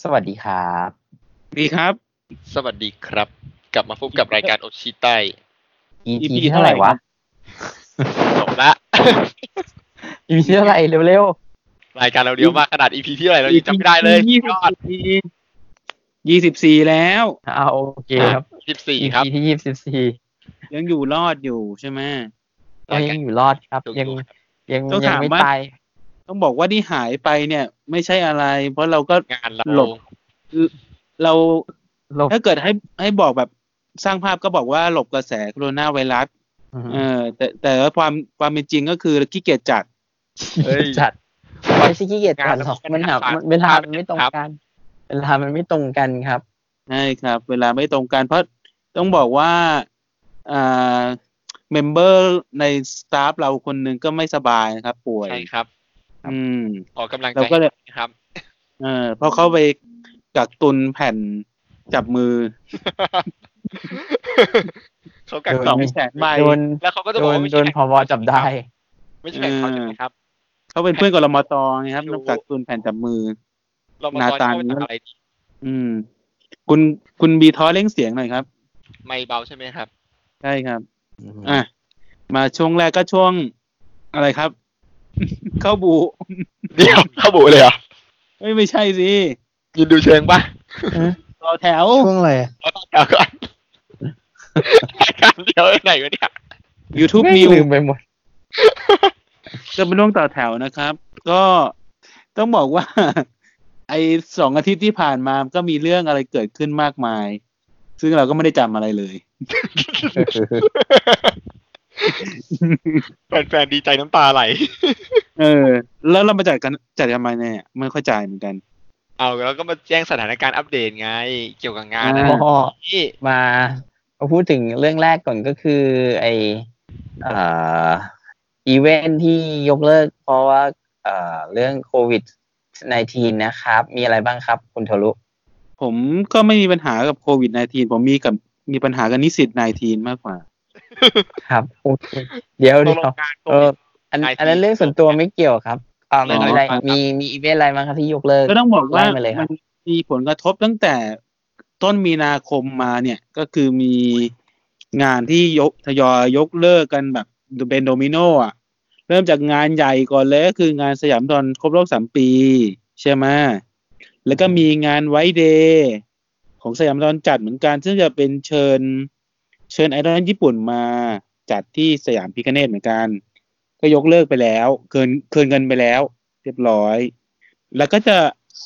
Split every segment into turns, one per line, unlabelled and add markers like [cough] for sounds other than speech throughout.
สวัสดีครับ
ดีครับ
สวัสดีครับ กลับมาพบกับรายการโอชิไต้
EP
EP
ที่เท่าไหร่วะ
จบละ
EP ที่เท่าไหร่เร็ว
[laughs] รายการเราเดียวมากขนาด EP ที่อะไรเรายังจำไม่ได้เลย
ยี่สิบ
ยอด
สี่ยี่สิบสี่แล้ว
ๆเอาโอเคครับ
สิบสี่
EP
ครับ
ที่ยี่สิบสี่
ยังอยู่รอดอยู่ใช่ไหม
เรายังอยู่รอดครับ
ถูกๆ
ยังยัง
ต้อง
ยัง
ถาม
ไม่
ว่า
ตาย
ต้องบอกว่าที่หายไปเนี่ย ไม่ใช่อะไร เพราะเราก็
งานเรา
หลบ เรา
หลบ
ถ้าเกิดให้ให้บอกแบบสร้างภาพก็บอกว่าหลบกระแสโคโรนาไวรัส
อืม
เออ แต่แต่ว่าความความเป็นจริงก็คือขี้เกียจจัด
เฮ้ย
จัดไม่ใช่ขี้เกียจจัดหรอก
งาน
มันหา
ครับ
มันเวลา
ครับ
มันไม่ตรงกัน เวลามันไม่ตรงกันครับ
ใช่ครับ เวลาไม่ตรงกันเพราะต้องบอกว่าอ่าเมมเบอร์ในสตาฟเราคนหนึ่งก็ไม่สบายนะครับ ป่วย
ใช่ครับ ครับ
อืม
ขอกำลังใจ
เราก็เลย
ครับ
เออเพราะเขาไปกักตุนแผ่นจับมือ
[laughs] เขากัก
โดน
ส
ตัว
องแสนใบ
โดน
แล้วเขาก็จะ
โด
บอ
น
กว่าไม่
โด
ใช่
น
แข
พวจับได้
กไม่ใช่แขกเขาใช่ไหมครับ
เขาเป็นเพื่อนกับรมตไงครับ
ไม่รู้
ต้องกักตุนแผ่นจับมือ
เรามา
หน้า
ตอน
ตา
เข้าไปทำอะไรดี
อืม คุณคุณบีท้อเล่งเสียงหน่อยครับ
ไม่เบาใช่ไหมครับ
ใช่ครับ อ่ะ มาช่วงแรกก็ช่วงอะไรครับ [laughs] เข้าบู
[laughs] เดี๋ยวเข้าบุเลยเหรอ
เอ้ยไม่ใช่สิ
ยินดูเชิงป่ะ
ต่อแถว
ช่วงอะไรอะ
เราต้องเอา [laughs] ก่อนรายการเดียวไหนวะเนี่ย
YouTube
ไม่
New
ลืมไปหมด
จะเป็นเรื่องต่อแถวนะครับ ก็ต้องบอกว่า [laughs] ไอสองอาทิตย์ที่ผ่านมาก็มีเรื่องอะไรเกิดขึ้นมากมาย ซึ่งเราก็ไม่ได้จำอะไรเลย
[laughs] แฟนๆดีใจน้ำตาไหล
เออ แล้วเรามาจัดกันจัดทำไมเนี่ยไม่เข้าใจเหมือนกัน
เอาแล้วก็มาแจ้งสถานการณ์อัปเดตไง เกี่ยวกับงาน
อ่า
นะ
ก็
นี่
มามาพูดถึงเรื่องแรกก่อนก็คือไอเอ่ออีเวนท์ที่ยกเลิกเพราะว่าเอ่อเรื่องโควิด -19 นะครับ มีอะไรบ้างครับคุณทะลุ
ผมก็ไม่มีปัญหากับโควิด -19 ผมมีกับมีปัญหากับนิสิต -19 มากกว่า
ครับโอเคเดี๋ยว
ต
เดี๋
กล
ยว
งการโค
เออ
วิด
อัน
IT
อันนั้นเรื่องส่วนตัวไม่เกี่ยวครับอ่า
เรื่
มี
อง
อะ
อะไร ไรบ้างครับ
มีมีอีเวนต์อะไรบ้างครับที่ยกเลิก
ก็ต้องบอกว่า
ไล่มาเลยครั
มั
บ
นมีผลกระทบตั้งแต่ต้นมีนาคมมาเนี่ยก็คือมีงานที่ยกทยอยยกเลิกกันแบบเป็นโดมิโนอ่ะ เริ่มจากงานใหญ่ก่อนเลยก็คืองานสยามดอนครบรอบสามปี ใช่ไหมแล้วก็มีงานไวเดย์ของสยามดอนจัดเหมือนกัน ซึ่งจะเป็นเชิญเชิญไอดอลญี่ปุ่นมาจัดที่สยามพิคเนตเหมือนกัน ก็ยกเลิกไปแล้วเกินเกินเงินไปแล้ว เรียบร้อย แล้วก็จะ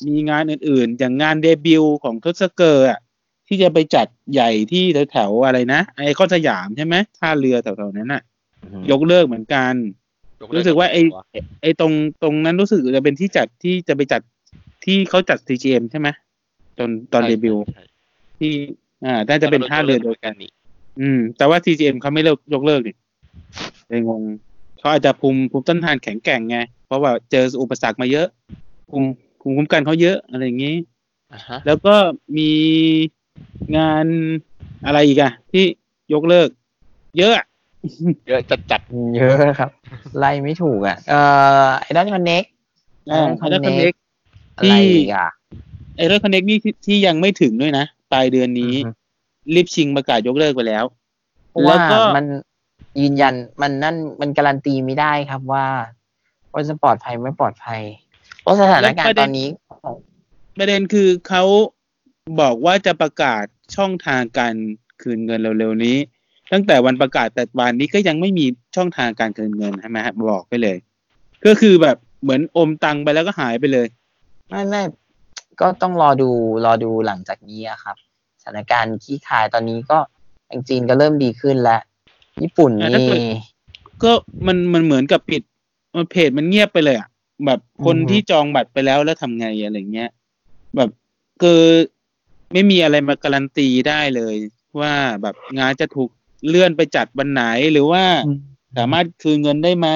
มีงานอื่นๆ อย่างงานเดบิวต์ของทศเกอร์อะที่จะไปจัดใหญ่ที่แถวๆอะไรนะ ไอคอนสยามใช่ไหมท่าเรือแถวๆนั้นน่ะ ยกเลิกเหมือนกัน รู้สึกว่าไอไอตรงตรงนั้นรู้สึกจะเป็นที่จัดที่จะไปจัดที่เขาจัด CGM ใช่ไหมตอนตอนเดบิวต์
ใช่
ที่อ่าน่าจะเป็นท่าเรือโดยกัน
นี่
อืม แต่ว่า CGM เขาไม่เลิกยกเลิกดิเลยงงเขาอาจจะภูมิภูมิต้านทานแข็งแกร่งไง เพราะว่าเจออุปสรรคมาเยอะภูมิภูมิคุ้มกันเขาเยอะอะไรอย่างนี้
อ่าฮะ
แล้วก็มีงานอะไรอีกอะที่ยกเลิก เยอะอะ [laughs]
เยอะจัดจัด
เยอะครับ ไล่ไม่ถูกอ่ะเอ่อไอดอลคอนเน็ก
อ่า Idol Connect
อะไรอีกอ่ะ
ไอเรื่องคอนเน็กนี่ที่ที่ยังไม่ถึงด้วยนะปลายเดือนนี้
อือฮึ
รีบชิงประกาศยกเลิกไปแล้ว
เพ
แล้ว
ราะ่าว
ก็
มันยืนยันมันนั่นมันการันตีไม่ได้ครับว่าว่าจะปลอดภัยไม่ปลอดภัย เพราะสถานการณ์ตอนนี้ของ
ประเด็นคือเขาบอกว่าจะประกาศช่องทางการคืนเงินเร็วๆนี้ ตั้งแต่วันประกาศแต่วันนี้ก็ยังไม่มีช่องทางการคืนเงินใช่ไหมฮะบอกไปเลย ก็คือแบบเหมือนอมตังไปแล้วก็หายไปเลย
ไม่ไม่ก็ต้องรอดูรอดูหลังจากนี้อะครับสถานการณ์ขี้คายตอนนี้ก็ทางจีนก็เริ่มดีขึ้นแล้ว ญี่ปุ่น
อ่ะถ้า
นี่
เกิด ก็มันมันเหมือนกับปิดมันเพจมันเงียบไปเลยอ่ะแบบคน
อือฮึ
ที่จองบัตรไปแล้วแล้วทำไงอะไรเงี้ยแบบคือไม่มีอะไรมาการันตีได้เลย ว่าแบบงานจะถูกเลื่อนไปจัดวันไหนหรือว่า สามารถคืนเงินได้ไหม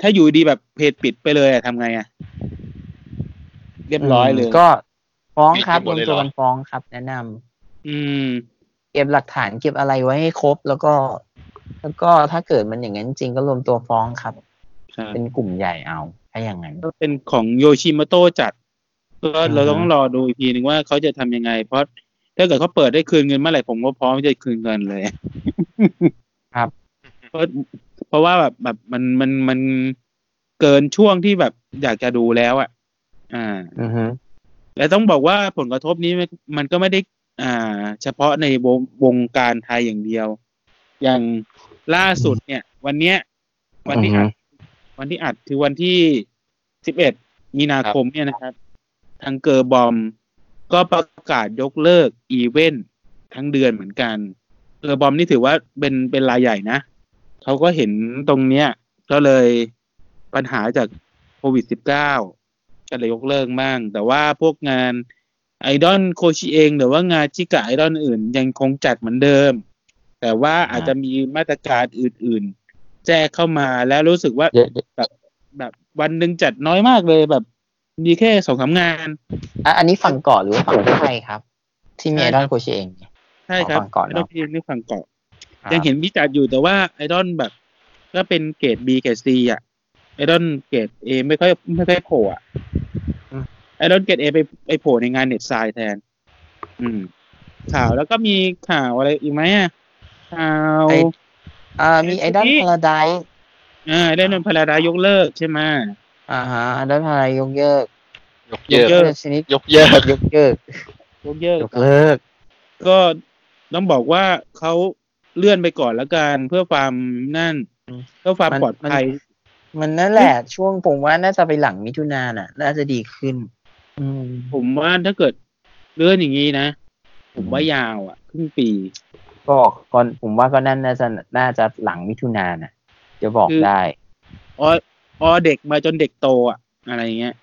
ถ้าอยู่ดีแบบเพจปิดไปเลยอะทำไงอะเรียบร้อยเลย
ก็ฟ้องครับรวมตัวกันฟ้องครับ แนะนำ
อืม
เก็บหลักฐานเก็บอะไรไว้ให้ครบ แล้วก็ แล้วก็ถ้าเกิดมันอย่างนั้นจริงก็รวมตัวฟ้องครับ
ครับ
เป็นกลุ่มใหญ่เอา ถ้าอย่างนั้น
ก็เป็นของโยชิม o โตะจัด ก็เรา
อ่าฮะ
ต้องรอดูอีกทีหนึ่งว่าเขาจะทำยังไง เพราะถ้าเกิดเขาเปิดได้คืนเงินเมื่อไหร่ผมก็พร้อมที่จะคืนเงินเลย
ครับ
เพราะเพราะว่าแบบแบบมันมันมันเกินช่วงที่แบบอยากจะดูแล้วอ่ะ อ่า
อือฮึ
และต้องบอกว่าผลกระทบนี้มันมันก็ไม่ได้อ่า เฉพาะในวงวงการไทยอย่างเดียว อย่างล่าสุดเนี่ย วันเนี้ย วันที่
อือฮึ
อัดวันที่อัดคือวันที่สิบเอ็ดมีนาคมเนี่ยนะครับ ทางเกอร์บอมก็ประกาศยกเลิกอีเวนต์ทั้งเดือนเหมือนกัน เกอร์บอมนี่ถือว่าเป็นเป็นรายใหญ่นะ เขาก็เห็นตรงเนี้ย ก็เลยปัญหาจากโควิด -19 ก็เลยยกเลิกบ้าง แต่ว่าพวกงานไอดอลโคชิเอง หรือว่างานจิกะไอดอลอื่นยังคงจัดเหมือนเดิม แต่ว่าอาจจะมีมาตรการอื่นๆ แจ้เข้ามาแล้วรู้สึกว่า
เดี๋ยวเดี๋ยว
แบบวันหนึ่งจัดน้อยมากเลยแบบ มีแค่สองสามงาน
อ่ะอันนี้ฝั่งเกาะหรือว่าฝั่งไทยครับ ที่มีไอดอลโคชเอง
ใช่ครับ
ฝั่งเกาะเน
ไอ
อะ
ดอลพีนี่ฝั่งเกาะ ยังเห็นมีจัดอยู่แต่ว่าไอดอลแบบก็เป็นเกรด B เกรด C อ่ะ ไอดอลเกรด A ไม่ค่อยไม่ค่อยโผล่อ่ะ
อืม
ไอดอลเกรด A ไปไปโผล่ในงานเน็ตไซแทน อืม ข่าวแล้วก็มีข่าวอะไรอีกไหมอ่ะข่าว
ไออ่ามีไอดอล
ไอ้ที่
พาราได
อ่าไอดอลพลาดายกเลิกใช่ไหม
อ่าฮะไอดอลพาราไดยกเยก
ยกเยอะ
ก ลิ
ชนิด
ยกเยอะ
ยกเยก
ยกเยอะ
ยกเลิก
ก็ต้องบอกว่าเขาเลื่อนไปก่อนละกันเพื่อความนั่น
อืม
เพื่อความ
มัน
ปลอด
มัน
ภัย
มันนั่นแหละช่วงผมว่าน่าจะไปหลังมิถุนาน่ะ น่าจะดีขึ้น อืม
ผมว่าถ้าเกิดเลื่อนอย่างนี้นะ ผมว่ายาวอ่ะ ครึ่งปี
ก็ก่อนผมว่าก็นั่นน่าจะน่าจะหลังมิถุนาน่ะจะบอก
คือ
ได้
ออออเด็กมาจนเด็กโตอ่ะ อะไรเงี้ย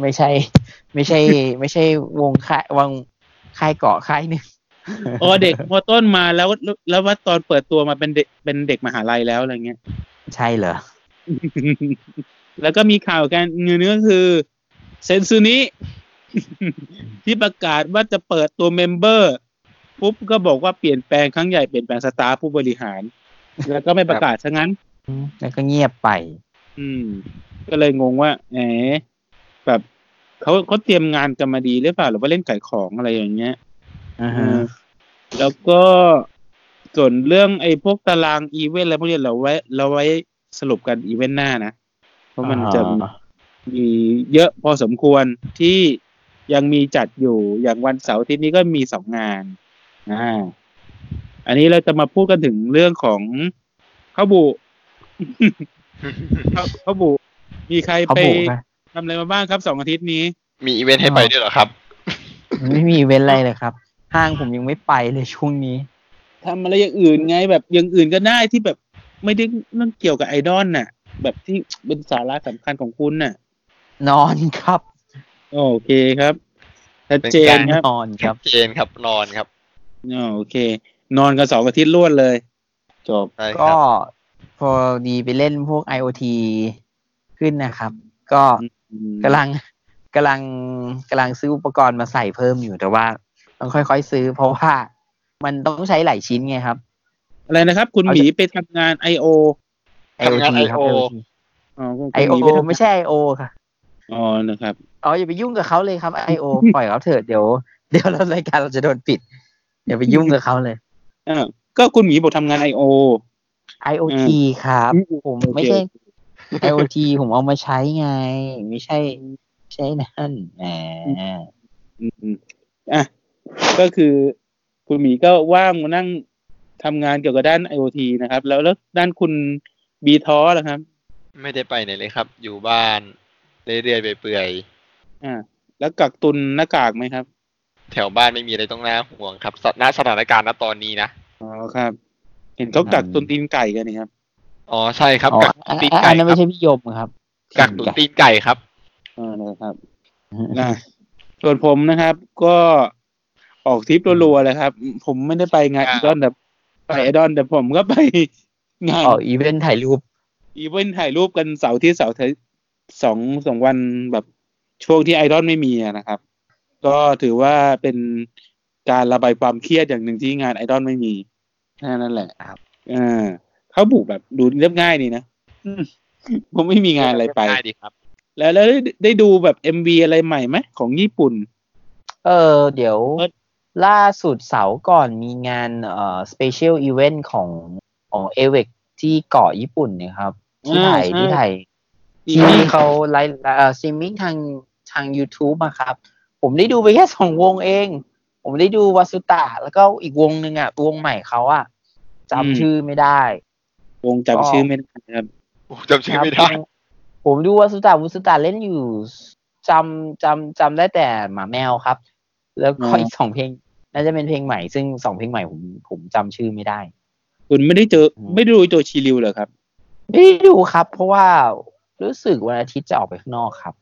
ไม่ใช่ ไม่ใช่ ไม่ใช่วงค่ายวงค่ายเกาะค่ายหนึ่ง
ออเด็กมอต้นมาแล้วแล้วว่าตอนเปิดตัวมาเป็นเด็กเป็นเด็กมหาลัยแล้วอะไรเงี้ย [laughs]
ใช่เหรอ
แล้วก็มีข่าวกันเงินก็คือเซนซูนิ [laughs] ที่ประกาศว่าจะเปิดตัวเมมเบอร์ ปุ๊บก็บอกว่าเปลี่ยนแปลงครั้งใหญ่เปลี่ยนแปลงสตาฟผู้บริหาร แล้วก็ไม่ประกาศซะงั้น
อืมแล้วก็เงียบไป
อืม ก็เลยงงว่าแหมแบบเขาเขาเตรียมงานกันมาดีหรือเปล่าหรือว่าเล่นไก่ของอะไรอย่างเงี้ย
อ่า
อื
ฮะ
มแล้วก็ส่วนเรื่องไอ้พวกตารางอีเวนต์อะไรพวกเนี้ยเราไว้เราไว้สรุปกันอีเวนต์หน้านะ เพราะมันจะ
อ่า
มีเยอะพอสมควรที่ยังมีจัดอยู่อย่างวันเสาร์อาที่นี้ก็มีสองงานอ่าอันนี้เราจะมาพูดกันถึงเรื่องของข้าวบุข้าวข้าวบุ มีใคร
เขา
ไป
บอกนะ
ทำอะไรมาบ้างครับสองอาทิตย์นี้
[laughs] มีอีเวนต์ให้ไปด้วยเหรอครับ
ไม่มีเว้นอะไรเลยครับ ห้างผมยังไม่ไปเลยช่วงนี้
ทำอะไรอย่างอื่นไงแบบอย่างอื่นก็ได้ที่แบบไม่ได้เรื่องเกี่ยวกับไอดอลน่ะ แบบที่เป็นสาระสำคัญของคุณน่ะ
นอนครับ
โอเคครับชัดเจนครับ
นอนครับ
เจนครับนอนครับ
โอเค นอนกันสองอาทิตย์รวดเลย จบ
ใช่ค
ก็
รับ
พอดีไปเล่นพวก IoT ขึ้นนะครับ ก็กำลังกำลังกำลังซื้ออุปกรณ์มาใส่เพิ่มอยู่แต่ว่าต้องค่อยๆซื้อ เพราะว่ามันต้องใช้หลายชิ้นไงครับ
อะไรนะครับ คุณหมีไปทำงานไอโอ
IoT ครับ IoT
อ๋อคุณห
IO
ปทำ
ไม่ใช่ IO ค่ะ
อ๋อนะครับ
อ๋ออย่าไปยุ่งกับเขาเลยครับ IO ปล่อยเขาเถอะเดี๋ยวเดี๋ยวเรารายการเราจะโดนปิด อย่าไปยุ่งกับเขาเลย
อ่าก็คุณหมีบอกทำงานไอโอ
IoT ครับ ผมไม่ใช่ IoT ผมเอามาใช้ไง ไม่ใช่ไม่ใช่นั่นแหม
อืมอ่ะก็คือคุณหมีก็ว่างมานั่งทำงานเกี่ยวกับด้าน IoT นะครับ แล้วแล้วด้านคุณบีท้อล่ะครับ
ไม่ได้ไปไหนเลยครับ อยู่บ้านเรื่อยๆเปื่อย
อ่า แล้วกักตุนหน้ากากไหมครับ
ๆแถวบ้านไม่มีอะไรต้องน่าห่วงครับสถานสถานการณ์ณตอนนี้นะ
อ๋อครับ เห็นเขากักตุนตีนไก่กันนี่ครับ
อ๋อใช่ครับ
อ๋อ
กักตุนตีน
อั
ไก่
นนั้น
ครั
ไม่
บ
ใช่พี่ยมครับ
กักตุนตีนไก่ครับ
เออนะครับนะส่วนผมนะครับ ก็ออกทริปรัวๆเลยครับ ผมไม่ได้ไปงานไอดอนแต่ไปไอดอนแต่ผมก็ไป [laughs] งาน
ออกอีเวนต์ถ่ายรูป
อีเวนต์ถ่ายรูปกันเสาร์ที่เสาร์ที่สองสองวันแบบช่วงที่ไอดอลไม่มีอะนะครับ ก็ถือว่าเป็นการระบายความเครียดอย่างหนึ่งที่งานไอดอลไม่มีแค่นั้นแหละ
ครับ
อ่ [laughs] าเขาบุกแบบดูเรียบง่ายดีนะอืมผมไม่มีงานอะไรไป
ง่ายดีครับ
แล้วแล้วได้ได้ดูแบบเอ็มวีอะไรใหม่ไหมของญี่ปุ่น
เออ เดี๋ยว
เออ
ล่าสุดเสาร์ก่อนมีงานเอ่อสเปเชียลอีเวนต์ของของเอเวกที่เกาะญี่ปุ่นเนะครับ ที่ไทยที่ไทย
อี
ที่
นี่
เขาไลฟ์เอ่อสตรีมมิ่งทางทาง YouTube อะครับ ผมได้ดูไปแค่สองวงเอง ผมได้ดูวาสุตะแล้วก็อีกวงหนึ่งอะวงใหม่เขาอะจำชื่อไม่ได้
วงจำชื่อไม่ได้ครับ
โอ้จำชื่อไม่ได้
ครับผมดูวาสุตาวุสุตาเล่นอยู่จำจำจำได้แต่หมาแมวครับ แล้วก็
อ๋ออี
อีกสองเพลง น่าจะเป็นเพลงใหม่ ซึ่งสองเพลงใหม่ผมผมจำชื่อไม่ได้
คุณไม่ได้เจอ
อืม
ไม่ได้ดูโจชิริวเหรอครับ
ไม่ได้ดูครับ เพราะว่ารู้สึกวันอาทิตย์จะออกไปข้างนอกครับ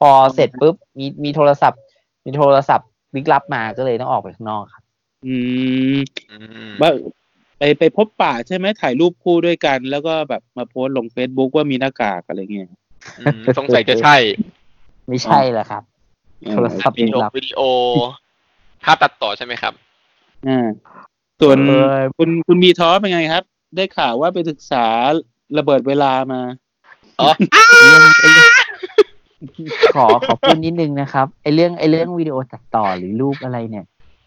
พอเสร็จปุ๊บมีมีโทรศัพท์ มีโทรศัพท์วิกลับมาก็เลยต้องออกไปข้างนอกครับ
อืม
อืม
ว่าไปไปพบป่าใช่ไหมถ่ายรูปคู่ด้วยกัน แล้วก็แบบมาโพสต์ลงเฟซบุ๊กว่ามีหน้ากากอะไรเงี้ย
อืมสงสัยจะใช่
ไม่ใช่แหละครับ โทรศัพท์
วิ
วิ
ดี
ก
โอ
ลับ
วิดีโอภาพตัดต่อใช่ไหมครับ
อ่าส่วน
เออ
คุณคุณมีท้อเป็นไงครับ ได้ข่าวว่าไปศึกษาระเบิดเวลามา
เรื่องไอ้เรื่องขอขอพูดนิดนึงนะครับไอเรื่องไอเรื่องวิดีโอตัดต่อหรือรูปอะไรเนี่ย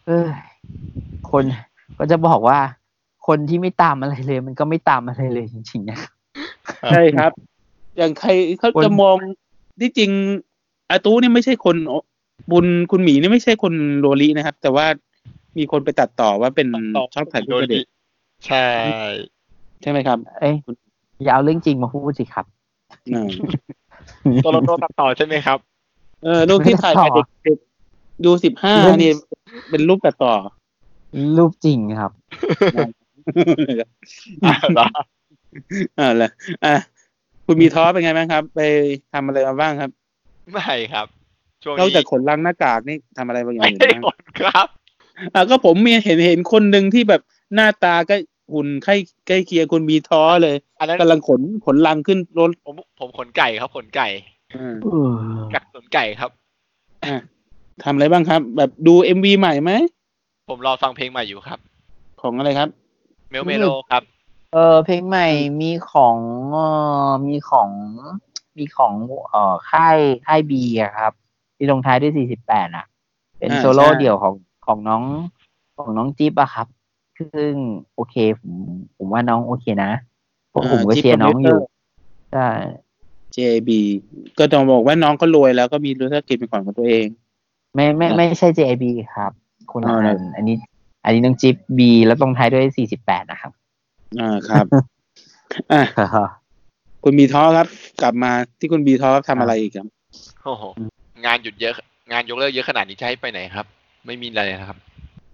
เออคนก็จะบอกว่า คนที่ไม่ตามอะไรเลย มันก็ไม่ตามอะไรเลยจริงๆนะ
ใช่ครับ อย่างใครเขา
คน
จะมองที่จริงอาตู้นี่ไม่ใช่คนโอบุญคุณหมีนี่ไม่ใช่คนโรลีนะครับ แต่ว่ามีคนไปตัดต่อว่าเป็น
ตัดต่อ
ชอบถ่ายรูปกับเด็ก
ใช่
ใช่ไหมครับ
เอ้ยอย่าเอาเรื่องจริงมาพูดสิครับ
อ่า
ตัวเราโดนตัดต่อใช่ไหมครับ
เออรูปที่ถ่ายกับเด็กๆดูสิบห้า
เรื่อง
นี่เป็นรูปตัดต่อ
รูปจริงครับ
อ่าละอ่ะคุณมีท้อเป็นไงบ้างครับ ไปทำอะไรมาบ้างครับ
ไม่ครับ ช่วง
นอก
นี้
จากขนลังหน้ากากนี่ทำอะไรบางอย่า
ไม่
งอยู่
ได้
บ้าง
กดครับ
อ่ะก็ผมมีเห็นเห็นคนหนึ่งที่แบบหน้าตาก็หุ่นใกล้ใกล้เคียงคุณมีท้อเลย
อันนั้น
กำลังขนขนลังขึ้นรถ
ผมผมขนไก่ครับขนไก่
อ่า
เออ
กักขนไก่ครับ
ทำอะไรบ้างครับ แบบดูเอ็มวีใหม่ไหม
ผมรอฟังเพลงใหม่อยู่ครับ
ของอะไรครับ
เมลเมโลครับ
เออเพลงใหม่มีของเอ่อมีของมีของเอ่อค่ายค่ายบีอะครับ ที่ลงท้ายด้วย 48 อ่ะ เป็น
อ่า
โซโล่
ใช่
เดี่ยวของของน้องของน้องจิ๊บอะครับ ซึ่งโอเคผมผมว่าน้องโอเคนะเพราะผมก็เชียร์น้องอยู่ใช่
JB ก็ต้องบอกว่าน้องก็รวยแล้วก็มีธุรกิจเป็นของของตัวเอง
ไม่ไม่
อ่ะ
ไม่ใช่ JIB ครับคนละ
เอา
อั
ละ
นอันนี้ อันนี้น้องจิ๊บ B แล้วลงท้ายด้วย 48 นะครับ
อ่า
[laughs]
ครับ อ่ะคุณมีท้อครับ กลับมาที่คุณมีท้อทำอะไรอีกครับ
โอ้โห
อืม
งานหยุดเยอะ งานยกเลิกเยอะขนาดนี้จะให้ไปไหนครับ ไม่มีอะไรนะครับ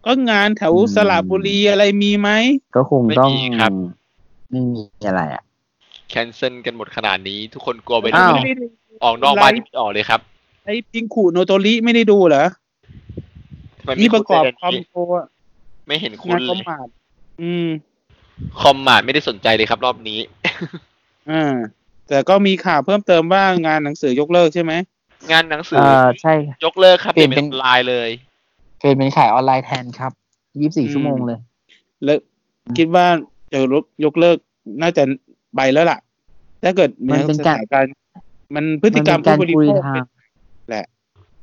ก็งานแถว
อืม
สระบุรีอะไรมีไหม
ก็คงต้อง
ไม่มีครับ
ไม่มีอะไรอ่ะ
แคนเซิลกันหมดขนาดนี้ ทุกคนกลัวไป
อ้าว
ไม่ได้ออกนอกบ้านยังไม่ออกเลยครับ
ไอ้พิงคูโนโตริไม่ได้ดูเหรอ
ทำไม
นี่
ไม่
ป
คุ้
ระกอ
น
บ
เลย
คอมโตอะ
ไม่เห็นคุ
งา
ณ
น
เล
ก็
ย
มาดอืม
คอมมาดไม่ได้สนใจเลยครับ รอบนี้
อ่า แต่ก็มีข่าวเพิ่มเติมว่างานหนังสือยกเลิกใช่ไหม
งานหนังสื
เอ
อ
อใช่
ยกเลิกครับ
เปลี่
เปลี่
ย
ย
น
น
เป็
เป็น นออนไลน์เลย
เปลี่ยนเป็นขายออนไลน์แทนครับ 24
ม
ชั่วโมงเลย
แล้วคิดว่าจะลบยกเลิกน่าจะไปแล้วล่ะ ถ้าเกิด
มันเป็น
ส
การ
ถานการณ์มันพฤติกรรม
นเป็นกา
ผู้
ร
บริ
คุย
โภค
ทาง
เป็นแหละ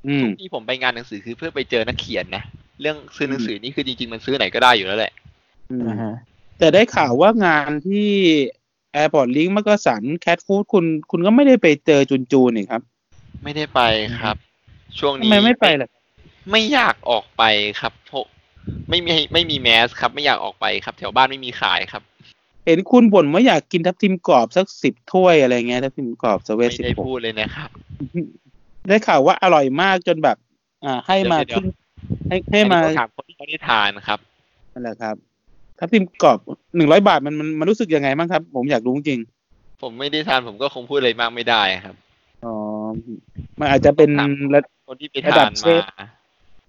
อืม
ที่ผมไปงานหนังสือคือเพื่อไปเจอนักเขียนนะ เรื่องซื้อหนังสือนี่คือจริงๆมันซื้อไหนก็ได้อยู่แล้วแหละ
อืม
อ่าฮะ
แต่ได้ข่าวว่างานที่ Airport Link มักกะสันแคทฟู้ดคุณคุณก็ไม่ได้ไปเจอจุนจูนนี่ครับ
ไม่ได้ไปครับ ช่วง
ทำ
นี้
ไมไม่ไปล่ะ
ไม่อยากออกไปครับเพราะไม่มีไม่มีแมสครับ ไม่อยากออกไปครับ แถวบ้านไม่มีขายครับ
เห็นคุณบ่นว่าอยากกินทับทิมกรอบสักสิบถ้วยอะไรเงี้ยทับทิมกรอบสเวส
ไม่
สิบ
ได้
หก
พูดเลยนะครับ
[laughs] ได้ข่าวว่าอร่อยมากจนแบบ อ่า ให้มา
เดี๋
ขึ้
ย
น
ว
ให้ให้มา
อันนี้ต้องถามคนที่เขาได้ทานครับ
นั่นแหละครับทับทิมกรอบหนึ่งร้อยบาทมันมันมันรู้สึกยังไงบ้างครับ ผมอยากรู้จริง
ผมไม่ได้ทานผมก็คงพูดอะไรมากไม่ได้ครับ
อ๋อมันอาจจะเป็นระ
คนที่ไประ
ดั
ทา
บ
น
เช
มา
ฟ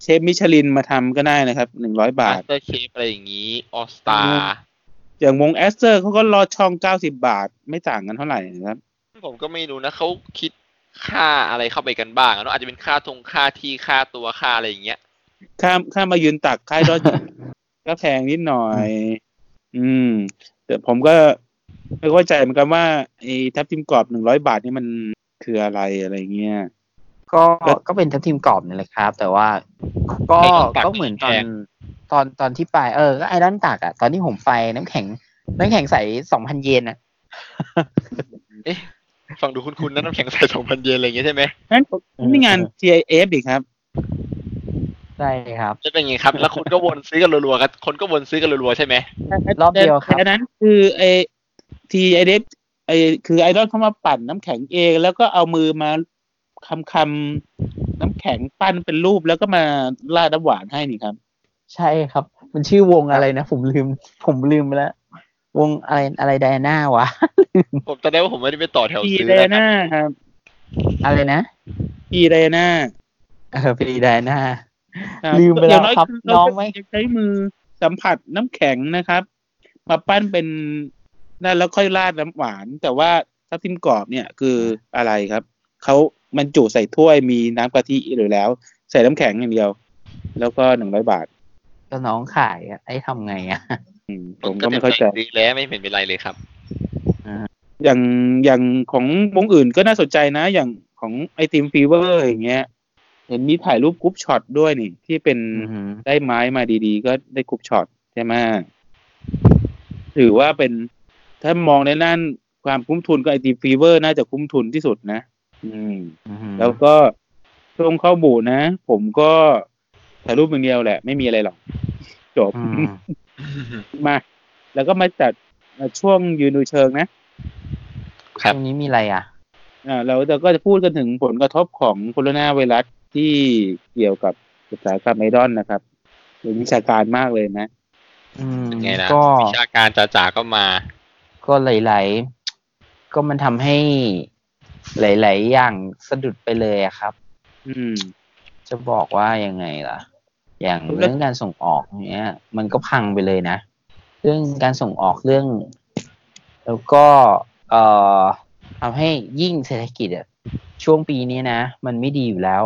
เชฟมิชลินมาทำก็ได้นะครับหนึ่งร้อยบา
มา
ท
สเตอร์เชฟอะไรอย่างนี้ออสตา
อืม อย่างวงแอสเตอร์เขาก็รอช่องเก้าสิบบาท ไม่ต่างกันเท่าไหร่นะครับ
ผมก็ไม่รู้นะเขาคิดค่าอะไรเข้าไปกันบ้างอะเนอะอาจจะเป็นค่าทงค่าที่ค่าตัวค่าอะไรอย่างเงี้ย
ข้ามข้ามมายืนตักค่ายดอจก็แพงนิดหน่อย อืม แต่ผมก็ไม่เข้าใจเหมือนกันว่าไอ้ทับทิมกรอบหนึ่งร้อยบาทนี่มัน คืออะไรอะไรเงี้ย
ก็
แล้ว
ก็เป็นทัพทีมกรอบนี่แหละครับ แต่ว่าก็
ไอรอนตัก
ก็เหมือนตอน
แพง
ตอนตอนที่ไปเออก็ไอรอนตักอ่ะ ตอนที่ผมไปน้ำแข็ง น้ำแข็งใสสองพันเยนอ่ะ
เอ๊ะฟังดูคุณคุณนั้นน้ำแข็งใสสองพันเยนอะไรอย่างเงี้ยใช่ไหม
นั่น
อืม
นี่งาน TIF อีกครับ
ใช่ครับ
[laughs]
จะเป็นไงครับ แล้วคุณก็วนซื้อกันรัวๆกันคนก็วนซื้อกันรัวๆใช่ไหม
รอบเดียวครับ
แต่อันนั้นคือไอ TIF ไอคือไอดอลเขามาปั่นน้ำแข็งเอง แล้วก็เอามือมาคำคำๆน้ำแข็งปั้นเป็นรูปแล้วก็มาลาดน้ำหวานให้นี่ครับ
ใช่ครับ มันชื่อวงอะไรนะ ผมลืม ผมลืมไปแล้ว วงอะไรอะไรไดอานาวะ [laughs]
ผมจำได้ว่าผมไม่ได้ไปต่อแถว
พี
ซื้อ
เด
นะครับ
น่าครับ
อะไรนะ
พีเดน่า
เออปีไดอาน่า
ครับ
ลืมไปแล้ว
อย่างน้อย
ครับ
เรา
น้องไหม
จะใช้มือสัมผัสน้ำแข็งนะครับ มาปั้นเป็นนั่นแล้วค่อยราดน้ำหวาน แต่ว่าทับทิมกรอบเนี่ยคืออะไรครับเขามันจุใส่ถ้วยมีน้ำกะทิอยู่แล้ว ใส่น้ำแข็งอย่างเดียว แล้วก็หนึ่งร้อยบาท
ก็น้องขายอะไอ้ทำไงอ่ะ
อืมผมก็ไม่เข้าใจ
ดีแล้วไม่เห็นเป็นไรเลยครับ
อย่างอย่างของวงอื่นก็น่าสนใจนะ อย่างของไอติมฟีเวอร์อย่างเงี้ย เห็นมีถ่ายรูปกรุ๊ปช็อตด้วยนี่ ที่เป็น ได้ไม้มาดีๆ ก็ได้กรุ๊ปช็อตใช่ไหมถือว่าเป็นถ้ามองในด้านความคุ้มทุนก็ไอทีฟีเวอร์น่าจะคุ้มทุนที่สุดนะ อืม แล้วก็ช่วงเข้าบูนะ ผมก็ถ่ายรูปอย่างเดียวแหละ ไม่มีอะไรหรอก จบ มา แล้วก็มาจัดช่วงยืนดูเชิงนะ
ครั
ต
บ
รงนี้มีอะไรอ่ะ
อ่าเราเราก็จะพูดกันถึงผลกระทบของโคโรนาไวรัสที่เกี่ยวกับอุตสาหกรรมไอดอลนะครับเป็นวิชาการมากเลยนะ
อืม
เป็นไงล่ะ
ก็
วิชาการจ๋าๆก็มา
ก็หลายๆ ก็มันทำให้หลาย ๆ อย่างสะดุดไปเลยอะครับ
อืม
จะบอกว่ายังไงล่ะ อย่างเรื่องการส่งออกเนี้ย มันก็พังไปเลยนะ เรื่องการส่งออกเรื่อง แล้วก็เอ่อทำให้ยิ่งเศรษฐกิจอะช่วงปีนี้นะ มันไม่ดีอยู่แล้ว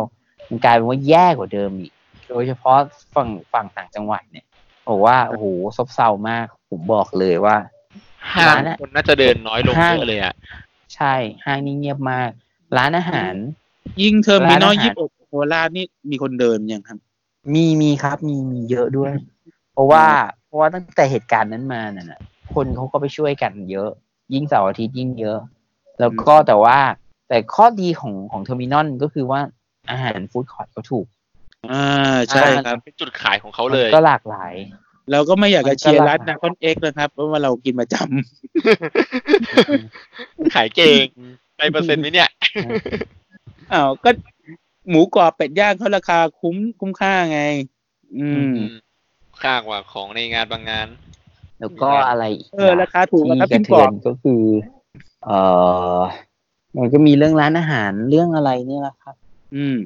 มันกลายเป็นว่าแย่กว่าเดิมอีก โดยเฉพาะฝั่งฝั่งต่างจังหวัดเนี่ยบอกว่าโอ้โหซบเซามาก ผมบอกเลยว่า
ห้าง
ร้านอะ
คนน่าจะเดินน้อยลง
ห้าง
เยอะเลยอ่ะ
ใช่ห้างนี่เงียบมาก ร้านอาหาร
ยิ่งเทอร์มินอล
ร้านอาหาร
ยี่สิบหกโคราชนี่มีคนเดินยังครับ
มีมีครับมีมีเยอะด้วย เพราะว่าเพราะว่าตั้งแต่เหตุการณ์นั้นมาน่ะนะคนเขาก็ไปช่วยกันเยอะ ยิ่งเสาร์อาทิตย์ยิ่งเยอะ แล้วก็แต่ว่าแต่ข้อดีของของเทอร์มินอลก็คือว่าอาหารฟู้ดคอร์ทก็ถูก
อ่าใช่
อ่า
ครับ
เป็นจุดขายของเขาเลย
มันก็หลากหลาย
เราก็ไม่อยากจะเชียร์รัฐ
มันก็หลากหลาย
นะคอนเอ็กนะครับเพราะว่าเรากินประจ
[laughs] ขายเก่งในเปอร์เซ็นต์ไหมเนี่ย
ำ อ้าวก็หมูกรอบเป็ดย่างเขาราคาคุ้มคุ้มค่าไง อืม
ข้างกว่าของในงานบางงาน
แล้วก็อะไรอีก
เออราคาถูกกว่า
ที่
ทับ
กระ
ทิมก
เทือบ น
รอ
ก็คือ เออมันก็มีเรื่องร้านอาหารเรื่องอะไรเนี่ยแหละครับ
อืม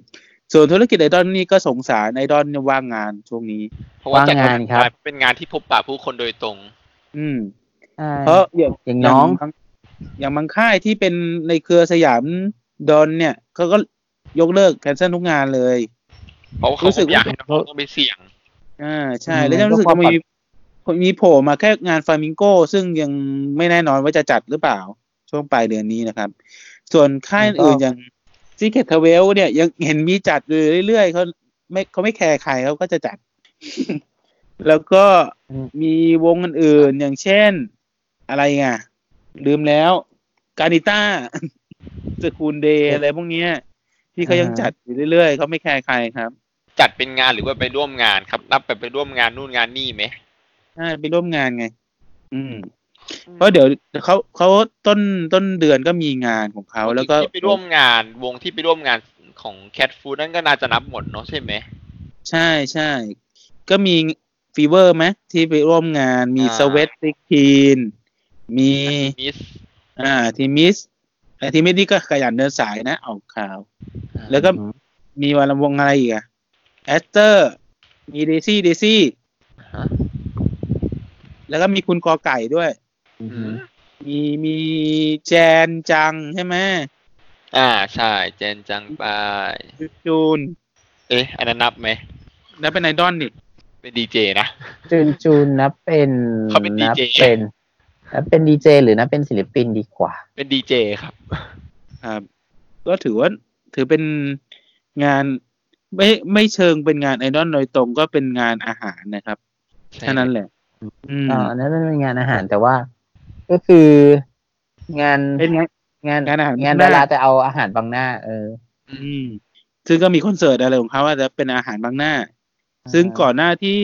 ส่วนธุรกิจไอดอลนี่ก็สงสารไอดอลว่างงานช่วงนี้
เพราะว่าจัด
ว่างงานครับ
เป็นงานที่พบปะผู้คนโดยตรง
อืม
ใช่
เพราะอย่าง
อย่างน้อง
ย่าบาอย่างบางค่ายที่เป็นในเครือสยามดอนเนี่ยเขาก็ยกเลิกแคนเซิลทุกงานเลย
เพราะว่าเขา
รู้สึก
อยากให้
ว่า
น้องๆต้องไปเสี่ยง
อ่าใช่
อืม
แล้วฉันรู้สึก
แล้ว
ว่า
ก็
มีมีโผล่มาแค่งานฟลามิงโกซึ่งยังไม่แน่นอนว่าจะจัดหรือเปล่า ช่วงปลายเดือนนี้นะครับ ส่วนค่ายอื่นอย่างซีเคทเวลเนี่ยยังเห็นมีจัดอยู่เรื่อยๆเขาไม่เขาไม่แคร์ใครเขาก็จะจัด [laughs] แล้วก็มีวงอื่นๆอย่างเช่นอะไรอ่ะ ลืมแล้วกานิต้า [laughs] สกูลเดย์อะไรพวกเนี้ย ที่เขายังจัดอยู่เรื่อยๆเขาไม่แคร์ใครครับ
จัดเป็นงานหรือว่าไปร่วมงานครับ นับแบบไปร่วมงานนู่นงานนี่ไหม
ใช่ไปร่วมงานไง อืม เพราะเดี๋ยวเขาเขาต้นต้นเดือนก็มีงานของเขาแล้วก็
ที่ไปร่วมงานวงที่ไปร่วมงานของแคทฟูนั่นก็น่าจะนับหมดเนาะใช่ไหม
ใช่ใช่ก็มีฟีเวอร์ไหมที่ไปร่วมงานมี
อ่า
สเวตติคีนมี
มิส
อ่าทีมิสไอทีมิสนี่ก็ขยันเดินสายนะออกข่าว แล้วก็
อืม
มีวันวงอะไรอีกอะแอสเตอร์ มีเดซี่เดซี่
ฮะ
แล้วก็มีคุณกอไก่ด้วย
อื
อื
ม
ม
มีมีแจนจังใช่ไหม
อ่าใช่เจนจังไป
จูน
เอ๊ะอันนั้นนับไหม
แล้วเป็นไอดอลนี่
เป็นดีเจนะ
จูนจูนนับเป็น
เขาเป็น
นั
DJ
เป็นนับเป็นดีเจหรือนับเป็นศิลปินดีกว่า
เป็นดีเจครับ
ครับ ก็ถือว่าถือเป็นงานไม่ไม่เชิงเป็นงานไอดอลโดยตรงก็เป็นงานอาหารนะครับ
ใช่
แค่นั้นแหละอืม
อ่าอันนั้นเป็นงานอาหารแต่ว่า ก็คืองาน
เป็นงาน
งาน
งานอาหาร
งานดาราแต่เอาอาหารบังหน้า เออ
อืมซึ่งก็มีคอนเสิร์ตอะไรของเขาอาจจะเป็นอาหารบางหน้า ซึ่งก่อนหน้าที่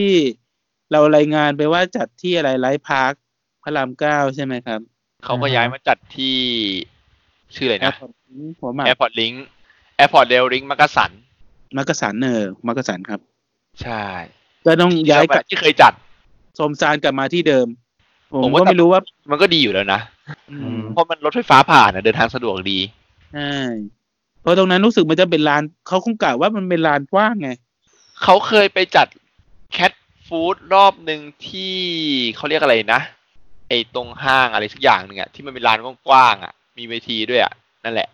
เรารายงานไปว่าจัดที่อะไรไลฟ์พาร์คพระรามเก้าใช่ไหมครับ
เขาก็ย้ายมาจัดที่ชื่ออะไร
แอ
นะ
ร์พอร์ตหัวหมาก
แอร์พอร์ตลิงแอร์พอร์ตเรลลิงมักกะสัน
มักกะสันเนอร์มักกะสันครับ
ใช่
ก็ต้องย้ายกลับ
ที่เคยจัด
สมซานกลับมาที่เดิม ผ
ผม ม
ก็
ว่า
ไม่รู้ว่า
มันก็ดีอยู่แล้วนะ
อื
อื
ม
ม
เพราะมันรถไฟฟ้าผ่านอะเดินทางสะดวกดี
ใช่เพราะตรงนั้นรู้สึกมันจะเป็นลานเขาคงกล่าวว่ามันเป็นลานกว้างไง
เขาเคยไปจัดแคทฟู้ดรอบหนึ่งที่เขาเรียกอะไรนะ ไอตรงห้างอะไรสักอย่างหนึ่งอะที่มันเป็นลานกว้างๆอะมีเวทีด้วยอะนั่นแหละ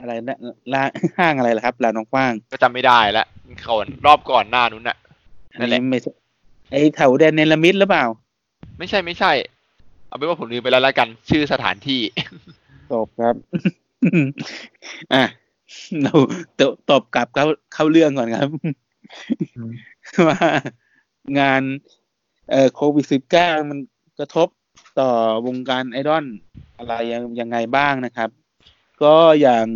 อะไรนะลาน [laughs] ห้างอะไรล่ะครับลานกว้าง
ก็จำไม่ได้ละก่อนรอบก่อนหน้านู้นน่ะ
ๆ
นั่นแหละ
ไม่ใช่ไอแถวแดนเนลมิดหรือเปล่า
ไม่ใช่ไม่ใช่ เอาเป็นว่าผมลืมไปแล้วละกัน ชื่อสถานที่
ตบครับ [laughs] อ่ะ เราตบตบกลับเข้าเข้าเรื่องก่อนครับ
อืม
[laughs] ว่างานเอ่อโควิดสิบเก้ามันกระทบต่อวงการไอดอลอะไรยังยังไงบ้างนะครับ ก็อย่าง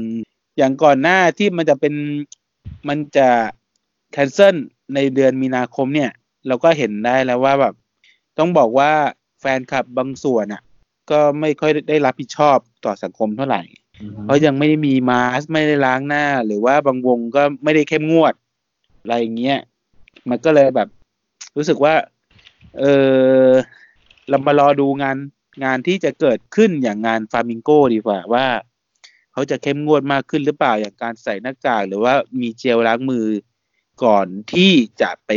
อย่างก่อนหน้าที่มันจะเป็นมันจะแคนเซิลในเดือนมีนาคมเนี่ย เราก็เห็นได้แล้วว่าแบบ ต้องบอกว่าแฟนคลับบางส่วนอ่ะ ก็ไม่ค่อยได้รับผิดชอบต่อสังคมเท่าไหร่ เพราะยังไม่ได้มีมาสก์ไม่ได้ล้างหน้า หรือว่าบางวงก็ไม่ได้เข้มงวด อะไรอย่างเงี้ย มันก็เลยแบบ รู้สึกว่า เออเรามารอดูงานงานที่จะเกิดขึ้นอย่างงานฟามิงโกดีกว่าว่า เขาจะเข้มงวดมากขึ้นหรือเปล่าอย่างการใส่หน้ากากหรือว่ามีเจลล้างมือก่อนที่จะไป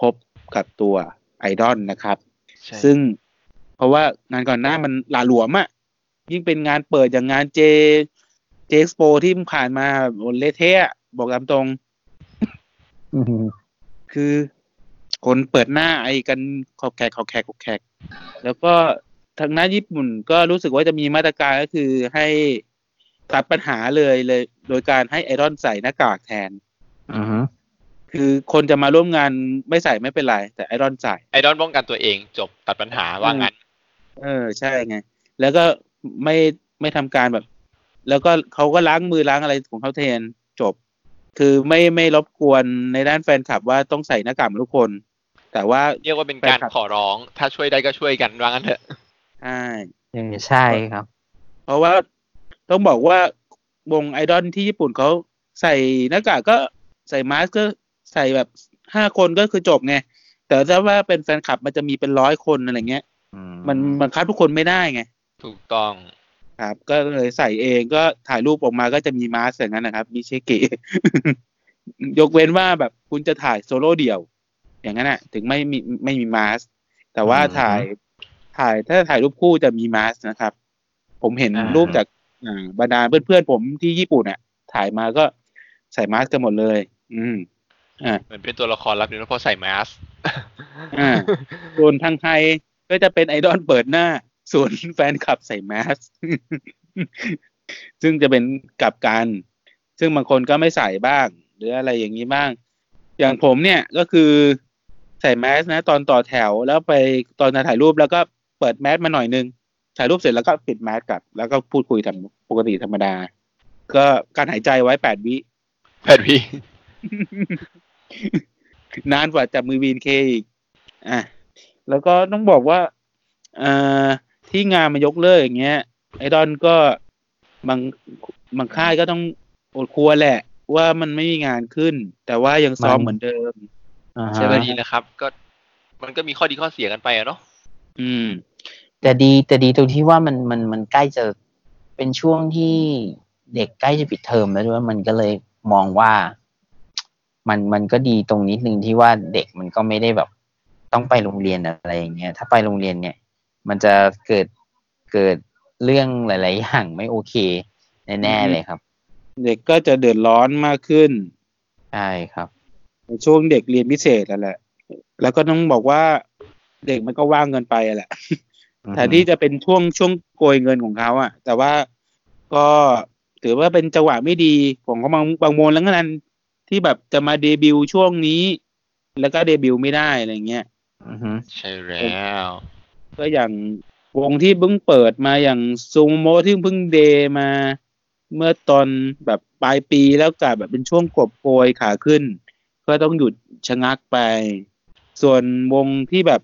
พบกับตัวไอดอลนะครับ
ใช่
ซึ่งเพราะว่างานก่อนหน้ามันหลาหลวมอะ่ะ ยิ่งเป็นงานเปิดอย่างงานเจเจสโปที่มันผ่านมาแบบโอ้เละเทะอะบอกตามตรง
อืม
คือคนเปิดหน้าไอ้กันขอบแขกขอบแขกขอบแขก แล้วก็ทางหน้านญี่ปุ่นก็รู้สึกว่าจะมีมาตรการก็คือให้ตัดปัญหาเลยเลย โดยการให้ไอรอนใส่หน้ากากแทน
อืม
คือคนจะมาร่วมงานไม่ใส่ไม่เป็นไร แต่ไอรอนใส่
ไอดอนป้องกันตัวเองจบตัดปัญหาว่างั้น
เออใช่ไง แล้วก็ไม่ไม่ทำการแบบ แล้วก็เขาก็ล้างมือล้างอะไรของเขาแทนจบ คือไม่ไม่รบกวนในด้านแฟนคลับว่าต้องใส่หน้ากากเหมือนทุกคน แต่ว่า
เรียกว่าเป็นการ
แฟนคลับ
ขอร้อง ถ้าช่วยได้ก็ช่วยกันว่างั้นเถอะ
ใช่
เออใช่ครับ
เพราะว่าต้องบอกว่าวงไอดอลที่ญี่ปุ่นเขาใส่หน้ากากก็ใส่มาสก์ก็ใส่แบบห้าคนก็คือจบไงแต่ถ้าว่าเป็นแฟนคลับมันจะมีเป็นร้อยคนอะไรเงี้ย
อื
มันมันคัดทุกคนไม่ได้ไง
ถูกต้อง
ครับก็เลยใส่เองก็ถ่ายรูปออกมาก็จะมีมาสก์อย่างนั้นนะครับมิ [laughs] เชกิ ยกเว้นว่าแบบคุณจะถ่ายโซโล่เดี่ยว อย่างนั้นอ่ะ ถึงไม่มีไม่มีมาสก์แต่ว่าถ่ายถ่ายถ้าถ่ายรูปคู่จะมีมาสก์นะครับ ผมเห็น
อ่า
รูปจากอ่าบรรดาเพื่อนๆผมที่ญี่ปุ่นอ่ะ ถ่ายมาก็ใส่มาสก์กันหมดเลย อืม
เหมือนเป็นตัวละครรับอยู่นะเพราะใส่มาสก์
อ่า ส่วนทางไทยก็จะเป็นไอดอลเปิดหน้า ส่วนแฟนคลับใส่แมส [laughs] ซึ่งจะเป็นกลับกัน ซึ่งบางคนก็ไม่ใส่บ้าง หรืออะไรอย่างนี้บ้าง อย่างผมเนี่ยก็คือใส่แมสนะ ตอนต่อแถวแล้วไปตอนจะถ่ายรูปแล้วก็เปิดแมสมาหน่อยนึง ถ่ายรูปเสร็จแล้วก็ปิดแมสกลับ แล้วก็พูดคุยทำปกติธรรมดา ก็การหายใจไว้แปดวิ
แพทย์พี่
[laughs] นานกว่าจับมือวีนเคอีก อ่ะ แล้วก็ต้องบอกว่าเอ่อที่งานมายกเลิกอย่างเงี้ย ไอดอนก็บางบางค่ายก็ต้องอดครัวแหละ ว่ามันไม่มีงานขึ้น แต่ว่ายังซ้อมเหมือนเดิม
อ่าฮะ
ใช่ก็ดีนะครับ ก็มันก็มีข้อดีข้อเสียกันไปอะเนาะ
อืม
แต่ดีแต่ดีตรงที่ว่ามันมันมันใกล้จะเป็นช่วงที่เด็กใกล้จะปิดเทอมแล้วด้วยมันก็เลยมองว่า มันมันก็ดีตรงนิดนึงที่ว่าเด็กมันก็ไม่ได้แบบต้องไปโรงเรียนอะไรอย่างเงี้ยถ้าไปโรงเรียนเนี่ย มันจะเกิดเกิดเรื่องหลาย ๆ อย่างไม่โอเคแน่ๆเลยครับ
เด็กก็จะเดือดร้อนมากขึ้น
ใช่ครับ
ในช่วงเด็กเรียนพิเศษนั่นแหละ แล้วก็ต้องบอกว่าเด็กมันก็ว่างเกินไปอะแหละ แทนที่จะเป็นช่วงช่วงโกยเงินของเขาอะแต่ว่าก็ ถือว่าเป็นจังหวะไม่ดีของของบางบางมวลแล้วนั้นที่แบบจะมาเดบิวต์ช่วงนี้ แล้วก็เดบิวต์ไม่ได้อะไรเงี้ย
อือฮึ
ใช่แล้ว
ก็อย่างวงที่เพิ่งเปิดมาอย่างซูโมที่เพิ่งเดย์มา เมื่อตอนแบบปลายปีแล้วกลับแบบเป็นช่วงกบโกยขาขึ้น ก็ต้องหยุดชะงักไป ส่วนวงที่แบบ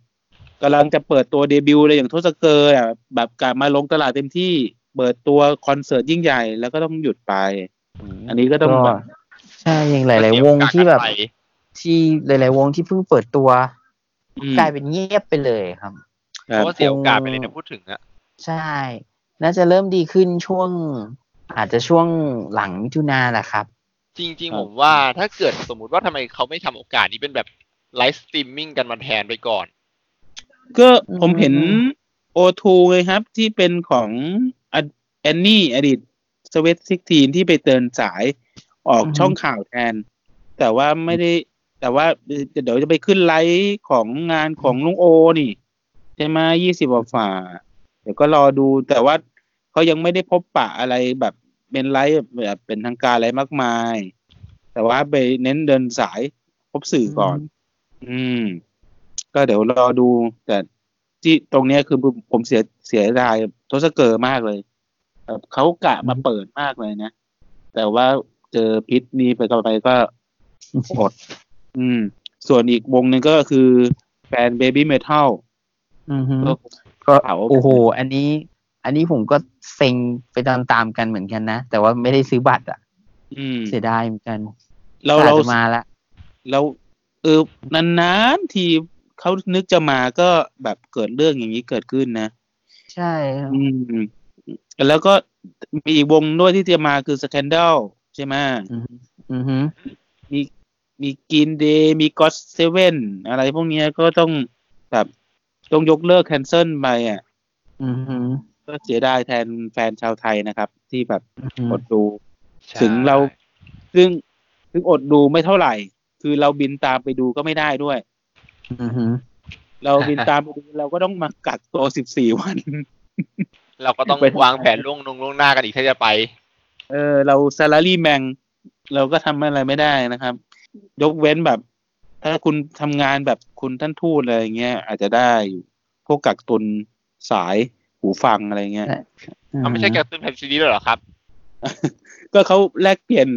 กำลังจะเปิดตัวเดบิวต์เลยอย่างทศเกอร์อะแบบกลับมาลงตลาดเต็มที่เปิดตัวคอนเสิร์ตยิ่งใหญ่แล้วก็ต้องหยุดไป อันนี้ก็ต้องแบบ
ใช่อย่างหลาย ๆ วงที่แบบ ที่หลาย ๆ วงที่เพิ่งเปิดตัว
อืม
กลายเป็นเงียบไปเลยครับ
เพราะว่าเสียโอกาสไปเลยนะพูดถึงอะ
ใช่ น่าจะเริ่มดีขึ้นช่วง อาจจะช่วงหลังมิถุนาแหละครับ
จริง
ครั
ๆ
บ
ผมว่าถ้าเกิดสมมุติว่าทำไมเขาไม่ทำโอกาสนี้เป็นแบบไลฟ์สตรีมมิ่งกันมาแทนไปก่อน
ก็ผมเห็น
อืม
โอทูเลยครับ ที่เป็นของแอนนี่อดีตสวีทซิกทีนที่ไปเตือนสายออก
อือฮึ
ช่องข่าวแทน แต่ว่าไม่ได้ แต่ว่าเดี๋ยวจะไปขึ้นไลฟ์ของงานของลุงโอนี่ใช่ไหมยี่สิบฝ่าๆเดี๋ยวก็รอดู แต่ว่าเขายังไม่ได้พบปะอะไรแบบเป็นไลฟ์แบบเป็นทางการอะไรมากมาย แต่ว่าไปเน้นเดินสายพบสื่อก่อน อืม ก็เดี๋ยวรอดู แต่ที่ตรงเนี้ยคือผมผมเสียเสียดายทศเกอร์มากเลยแบบเขากะมาเปิดมากเลยนะ แต่ว่าเจอพิษนี้ไปก็ไปก็อด อืม ส่วนอีกวงหนึ่งก็คือแบรนด์เบบี้เมทัล
อือฮึ
ก็
ก็
เผา
โอ้โห อันนี้ อันนี้ผมก็เซ็งไปตามตามๆกันเหมือนกันนะ แต่ว่าไม่ได้ซื้อบัตรอ่ะ
อืม
เสียดายเหมือนกัน
เรา
อาจ
เรา
จะมาละ
เราเออนานๆทีเขานึกจะมาก็แบบเกิดเรื่องอย่างนี้เกิดขึ้นนะ
ใช่ครับ
อืม แล้วก็มีอีกวงด้วยที่จะมาคือสแ a นด a ลใช่ไหม
อือฮึอือฮึ
มีมีกินเดย์มีก็ d เซเว่นอะไรพวกเนี้ยก็ต้องแบบต้องยกเลิกแคนเซิลไปอ่ะ
อือฮึ
ก็เสียดายแทนแฟนชาวไทยนะครับ ที่แบบ
อือฮึ
อดดู ถึงเราซึ่งถึงอดดูไม่เท่าไหร่ คือเราบินตามไปดูก็ไม่ได้ด้วย
อือฮึ
เราบินตามไปดูเราก็ต้องมากักตัวสิบสี่วัน
เราก็ต้อง
เป็น
วางแผนล่วงลวงล่วงหน้ากันอีกถ้าจะไป
เออเราซา l า r y แมงเราก็ทำอะไรไม่ได้นะครับ ยกเว้นแบบ ถ้าคุณทำงานแบบคุณท่านทูตอะไรอย่างเงี้ยอาจจะได้อยู่พวกกักตุนสายหูฟังอะไรเงี้ย
อ้าวไม่ใช่แกตุนแผ่นซีดีด้วยเหรอครับ
ก็เขาแลกเปลี่ยน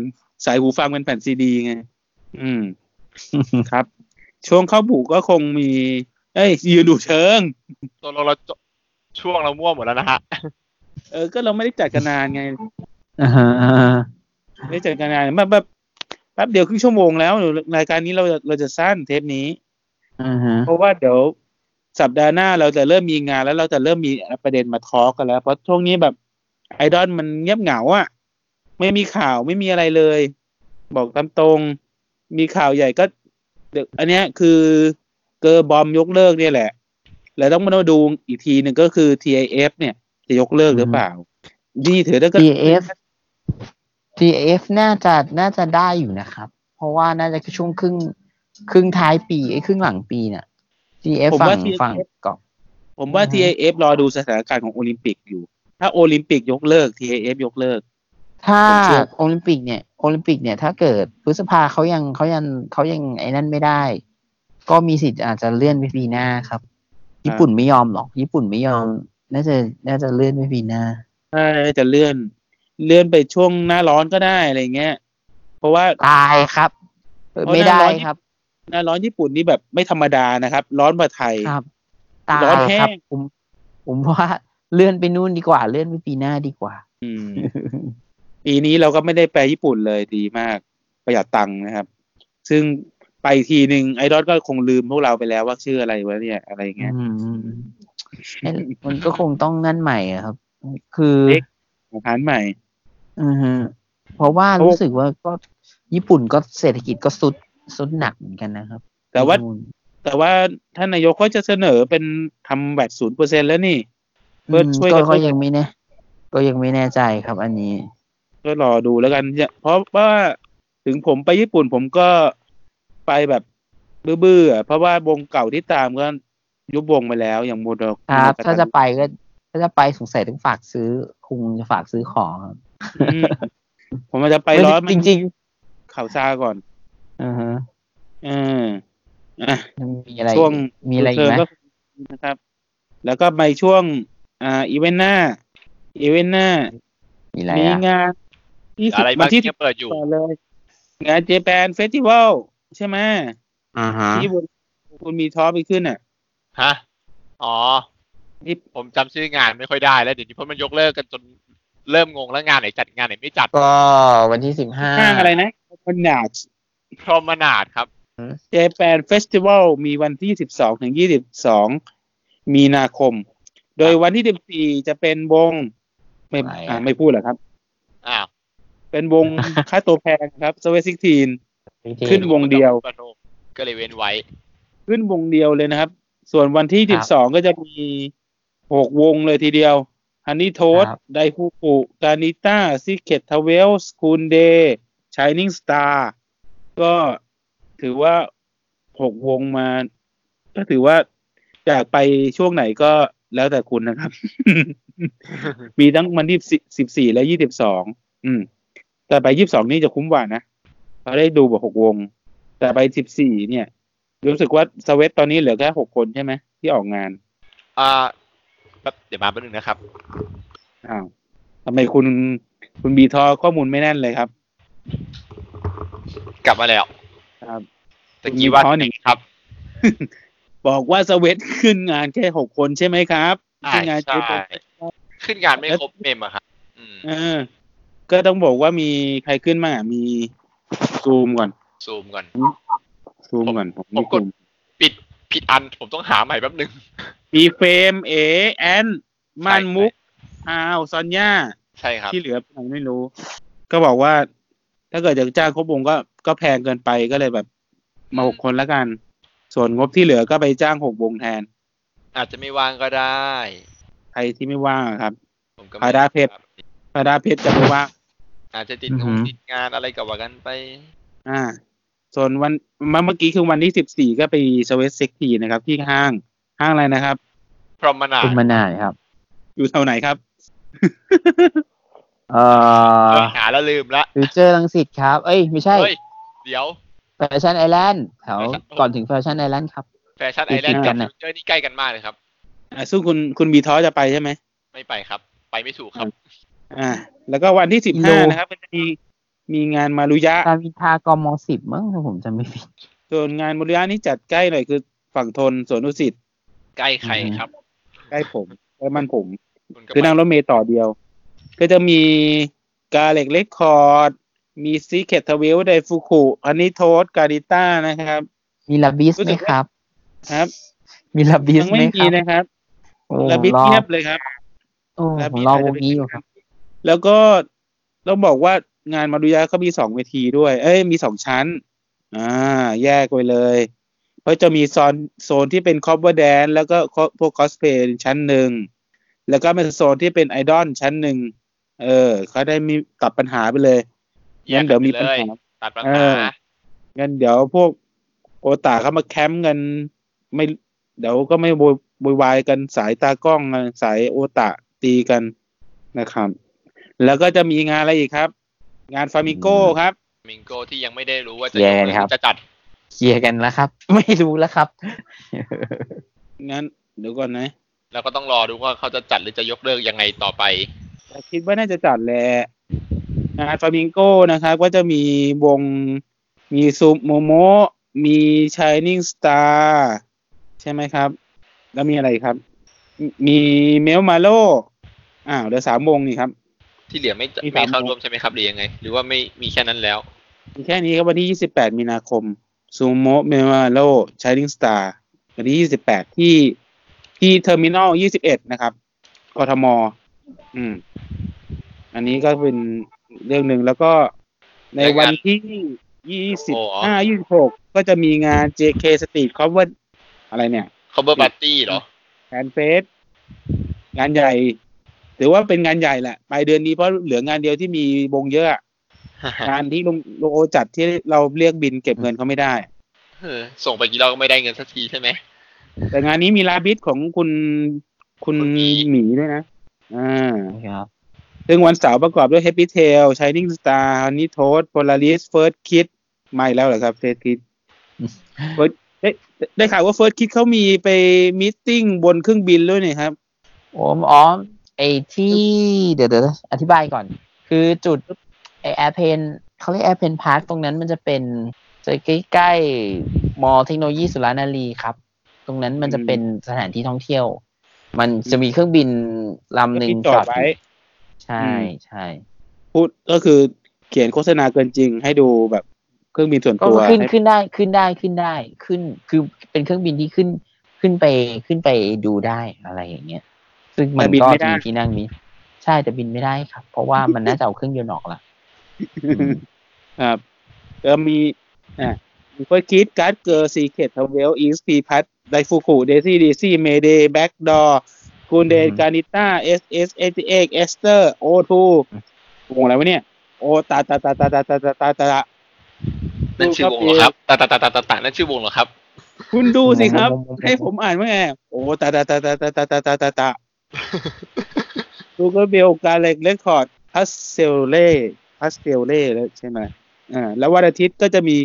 สายหูฟังเป็นแผ่นซีดีไง อืมครับ ช่วงเข้าบุกก็คงมี เอ้ย ยืนดูเชิง
ตัวเราเราจะช่วงเรามั่วหมดแล้วนะฮะ
เออ ก็เราไม่ได้จัดกันนานไง
อ่าฮะอ่าฮะ
ไม่ได้จัดกันนานแบบแบบแป๊บเดียวครึ่งชั่วโมงแล้วเดี๋ยวรายการนี้เราจะเราจะสั้นเทปนี้
อือฮะ
[laughs] เพราะว่าเดี๋ยวสัปดาห์หน้าเราจะเริ่มมีงานแล้วเราจะเริ่มมีประเด็นมาทอล์กกันแล้ว เพราะช่วงนี้แบบไอดอลมันเงียบเหงาอะไม่มีข่าวไม่มีอะไรเลย บอกตามตรง มีข่าวใหญ่ก็เดี๋ยวอันเนี้ยคือเกอร์บอมยกเลิกเนี่ยแหละ แล้วต้องมาดูอีกทีหนึ่งก็คือ TIF เนี่ยจะยกเลิกหรือเปล่านี่ถือถ้าเกิด
ดีเอฟ TF น่าจะน่าจะได้อยู่นะครับ เพราะว่าน่าจะช่วงครึ่งครึ่งท้ายปีไอ้ยครึ่งหลังปีเนี่ย TF
ผม
ฝั่
ว่า
ง
TF
ฝั่งเกาะ
ผมว่า
อือฮะ
TIF รอดูสถานการณ์ของโอลิมปิกอยู่ ถ้าโอลิมปิกยกเลิก TIF ยกเลิก
ถ้า
ผมเชื่อ
โอลิมปิกเนี่ยโอลิมปิกเนี่ยถ้าเกิดพฤษภาเขายังเขายังเขายังไอ้นั่นไม่ได้ ก็มีสิทธิ์อาจจะเลื่อนไปปีหน้าครับ ญี่ปุ่นไม่ยอมหรอก ญี่ปุ่นไม่ยอม น่าจะน่าจะเลื่อนไปปีหน้า
ใช่จะเลื่อนเลื่อนไปช่วงหน้าร้อนก็ได้อะไรเงี้ย เพราะว่า
ตายครับเออไม่ได้
เพราะหน้าร้อน
ครับ
หน้าร้อนญี่ปุ่นนี่แบบไม่ธรรมดานะครับ ร้อนกว่าไทย
ครับ ตาย
ร้อนแห้
ครับ
ง
ผมผมว่าเลื่อนไปนู่นดีกว่า เลื่อนไปปีหน้าดีกว่า
อืม ปีนี้เราก็ไม่ได้ไปญี่ปุ่นเลยดีมากประหยัดตังค์นะครับ ซึ่งไปทีหนึ่งไอดอลก็คงลืมพวกเราไปแล้วว่าชื่ออะไรวะเนี่ยอะไรเงี้ย
อืมเอ๊ะมันก็คงต้องนั่นใหม่อะครับ คือ
เล็ก ของพันใหม่
อือฮึเพราะว่า
เพราะ
รู้สึกว่าก็ญี่ปุ่นก็เศรษฐกิจก็สุดสุดหนักเหมือนกันนะครับ
แต่ว่า
ที่นู่น
แต่ว่าท่านนายกก็จะเสนอเป็นทำแบตศูนย์เปอร์เซ็นแล้วนี่ เพื่อช่วย
อืม
ก
ก็
ระตุ้น
ก็ยังไม่แน่ก็ยังไม่แน่ใจครับ อันนี้
ก็รอดูแล้วกันอย่าเพราะว่าถึงผมไปญี่ปุ่นผมก็ไปแบบบื้อๆอะเพราะว่าวงเก่าที่ตามก็ยุบวงไปแล้วอย่างโมโด
ครับ
โมโดกตัน
ถ้าจะไปก็ถ้าจะไปสงสัยต้องฝากซื้อคงจะฝากซื้อของครับ
อืมผมอาจจะไปร้อนมัน
จริง
ข่าวซาก่อน
ๆอ่าฮะ
เอออ่ะ
ยังมีอะไร
ช่วง
มีอะไรอีกไหม
เชิญนะครับ แล้วก็ไปช่วง อ่าอีเวนต์หน้า อีเวนต์หน้า
มีอะไร
มี
อ่ะ
งานที่สิ
อะไร
วั
บ้าง
นที่
ที่ยังเปิดอยู่
ต่อเลย งานเจแปนเฟสติวัลใช่ไหม
อ่าฮะ
ที่บุญคุณมีท้อปไปขึ้นอ่ะ
ฮะ อ๋อ
นี่
ผมจำชื่องานไม่ค่อยได้แล้วเดี๋ยวนี้เพราะมันยกเลิกกันจนเริ่มงงแล้วงานไหนจัดงานไหนไม่จัด
ก็วันที่สิบห้า
ห้างอะไรนะคนหนาด
พรหมนาดครับ
เจแปนเฟสติวัลมีวันที่สิบสองถึงยี่สิบสองมีนาคม โดยวันที่สิบสี่จะเป็นวงไม่
อะไรอ่ะ
อ่าไม่พูดเหรอครับ
อ้าว
เป็น
[laughs]
วง ค่าตัวแพงครับสวีซิกทีน ขึ้น วงเดียว
ก็เลยเว้นไว้
ขึ้นวงเดียวเลยนะครับ ส่วนวันที่
ค
12
รับ
ก็จะมีหกวงเลยทีเดียว ฮันนี่โทส
ครับ
ไดฟูกุกานิต้าซิเ e ตทเวลสคูลเดย์ชายนิ่งสตาร์ก็ถือว่าหกวงมา ก็ถือว่าอยากไปช่วงไหนก็แล้วแต่คุณนะครับ [laughs] มีทั้งวันที่สิบสี่และยี่สิบสอง อืม แต่ไปยี่สิบสองนี่จะคุ้มกว่านะเพราะได้ดูแบบหกวง แต่ไปสิบสี่เนี่ย รู้สึกว่าสเวตตอนนี้เหลือแค่หกคนใช่ไหมที่ออกงาน
อ่าแป๊บเดี๋ยวมาแป๊บนึงนะครับ
อ้าวทำไมคุณคุณบีทอข้อมูลไม่แน่นเลยครับ
กลับมาแล้ว
ครับ
ตะกี้ว่า
มีข้อหนึ่ง
ครับ
[laughs] บอกว่าสเวตขึ้นงานแค่หกคนใช่ไหมครับ
อ่า
ขึ้นงาน
ใช่
เจ็ดคน
ขึ้นงานไม่ครบเมมอะครับอืม
เออ ก็ต้องบอกว่ามีใครขึ้นบ้างอ่ะมีซูมก่อน
ซูมก่อน
ซูมก่อนผม
ผ
มี
มกด
ซูม
ปิดผิดอันผมต้องหาใหม่แป๊บนึง
มีเฟรมเอแอนมานมุกอาวซอนย่า
ใช่ครับ
ที่เหลือไปไหนไม่รู้ ก็บอกว่า ถ้าเกิดจะจ้างครบวงก็ก็แพงเกินไปก็เลยแบบมาหกคนละกัน ส่วนงบที่เหลือก็ไปจ้างหกวงแทน
อาจจะไม่ว่างก็ได้
ใครที่ไม่ว่างอะครับ
ผมก็
พาดาเพชร
ครับ
พระดาเพชรจะไม่ว่าง
อาจจะติด
อืองหื
ง
อ
ติดงานอะไรกับว่ากันไป
อ่า ส่วนวันมาเมื่อกี้คือวันที่สิบสี่ก็ไปสวีสเซ็กทีนะครับ ที่ห้างห้างอะไรนะครับ
พรหมนาด
คุณมานานครับ
อยู่แถวไหนครับ [laughs]
เอ่อ
เออหาแล้วลืมละ
ฟิวเจอร์ลังสิตครับ เอ้ย ไม่ใช่
เฮ้ย เดี๋ยว
แฟชั่นไอแลนด์แถว
แฟชั่น
ก่อนถึงแฟชั่นไอแลนด์ครับ
แฟชั่นไอ
ติด
แลนด์
กั
กับ
นน่ะ
ฟิวเจอร์นี่ใกล้กันมากเลยครับ
อ่าซึ่งคุณคุณบีท้อจะไปใช่ไหม
ไม่ไปครับ ไปไม่ถูกครับ
อ่า แล้วก็วันที่สิบห้านะครับก็จะมีมีงานมารุยะ
รามอินทรากมสิบมั้งถ้าผมจำไม่ผิด
ส่วนงานมารุยะนี่จัดใกล้หน่อยคือฝั่งทนสวนอุสิต
ใกล้ใครครับ
ใกล้ผมใกล้มันผม
ณก็ไป
คือนั่งรถเมย์ต่อเดียว ก็จะมีกาเล็กเลคคอร์ด มีซีเคททวิลไดฟูกุอันนี้โทสกาดิต้านะครับ
มีลาบิส
รู้
ไหม
สึกว่า
ครับ
ครับ
มีลาบิส
ยัง
ไหม
ไม่
ค
มี
รับ
นะครับ
โอ้
ระบิด
รอ
เทียบเลยครับ
โอ้
ระ
ผ
บิ
ม
ด
รอ
อาจ
ว
จะ
ง
ไป
นี้อน
ขึ้
ยู่ค
ค
รั
รับ บ แล้วก็ต้องบอกว่างานมารุยะเขามีสองเวทีด้วย เอ้ยมีสองชั้น อ่า แยกไปเลย เพราะจะมีโซนโซนที่เป็นคอปเวอร์แดนแล้วก็พวกคอสเพลย์ชั้นหนึ่ง แล้วก็เป็นโซนที่เป็นไอดอลชั้นหนึ่ง เออเขาได้มีตัดปัญหาไปเลยงั้นเดี๋ยวมีปัญหา
แกกันไปเลยตัดปัญ
เอ
หา
อ งั้นเดี๋ยวพวกโอตาเข้ามาแคมป์กันไม่เดี๋ยวก็ไม่โวยโวยวายกันสายตากล้องกันสายโอตาตีกันนะครับ แล้วก็จะมีงานอะไรอีกครับ งานฟามิโก้
อืม
ครับ
มิงโกที่ยังไม่ได้รู้ว่าจะ
แย่เลยครับ
จะจัด
เคลียร์กันแล้วครับ [laughs] ไม่รู้แล้วครับ
งั้นเดี๋ยวก่อนนะ
แล้วก็ต้องรอดูว่าเขาจะจัดหรือจะยกเลิกยังไงต่อไป
แต่คิดว่าน่าจะจัดแหละงานฟามิโก้นะครับ ก็จะมีวงมีซูโมโมมีชายนิ่งสตาร์ใช่ไหมครับ แล้วมีอะไรครับ มีเมลมาโลอ้าวเดี๋ยวสามวงนี่ครับ
ที่เหลือไม่จะ
มีสาม
ไม่เข้าร่วมใช่ไหมครับหรือยังไง หรือว่าไม่มีแค่นั้นแล้ว
มีแค่นี้ครับวันที่ 28 มีนาคมซูโมเมมาโลชาริงสตาร์วันที่ 28 ที่ที่เทอร์มินอล 21 นะครับกทม อืม อันนี้ก็เป็นเรื่องหนึ่งแล้วก็ในวันที่
โอ้โห
25 26 ก็จะมีงาน JK Street Cover อะไรเนี่ย
cover party เหรอ
แฟนเฟสงานใหญ่ ถือว่าเป็นงานใหญ่แหละปลายเดือนนี้เพราะเหลืองานเดียวที่มีวงเยอะ การที่ลงโลโอจัดที่เราเรียกบินเก็บเงินเขาไม่ได้
เออส่งไปกี่รอบก็ไม่ได้เงินสักทีใช่ไหม
แต่งานนี้มีลาบิสของคุณคุณ
คุณหมี
หมีด้วยนะอ่า
ครับ
ซึ่งวันเสาร์ประกอบด้วย Happy Tail Shining Star Honey Toast Polaris First Kid มาอีกแล้วเหรอครับ First Kid เฮ้ยได้ได้ได้ข่าวว่า First Kid เขามีไปมิทติ้งบนเครื่องบินด้วยนี่ครับ
โอ้อ๋อไอที่เดี๋ยวเดี๋ยวอธิบายก่อน คือจุดไอแอร์เพนเขาเรียกแอร์เพนพาร์คตรงนั้นมันจะเป็นจะใกล้ๆมอเทคโนโลยีสุรานารีครับ ตรงนั้นมันจะเป็นสถานที่ท่องเที่ยว มันจะมีเครื่องบินลำหนึ่ง
จอดไว้
ยู่ใช่
อืม
ใช่
พูดก็คือเขียนโฆษณาเกินจริงให้ดูแบบเครื่องบินส่วน
ก็
ตัว
ขึ้น
ให้
ขึ้นได้ขึ้นได้ขึ้นได้ขึ้นคือเป็นเครื่องบินที่ขึ้นขึ้นไปขึ้นไปดูได้อะไรอย่างเงี้ย ซึ่งมันก็มีที่นั่งนี้ ใช่แต่บินไม่ได้ครับ เพราะว่ามันน่าจะเอาเครื่องยนต์ออกละ
ครับเออมีอ่าเฟิร์สคิดการ์ดเกอร์ซีเคททาวเวลอีสปีพัทไดฟูกุเดซี่ดีซี่เมเดย์แบ็กดอร์กูเดน
อืม
การิต้าเอสเอสเอทีเอ็กเอสเตอร์โอทูวงอะไรวะเนี่ย โอตาตาตาตาตาตาตาตาตา
นั่นชื่อวงเหรอครับตะตะตะตะตะตะนั่นชื่อวงเหรอครับ
คุณดูสิครับ ให้ผมอ่านว่าไงโอตาตาตาตาตาตาตาตาตาตาดูก็เบลการเล็กเรคคอร์ดพัสเซลเล่พัสเซลเล่แล้วใช่ไหมอ่าแล้ววันอาทิตย์ก็จะมี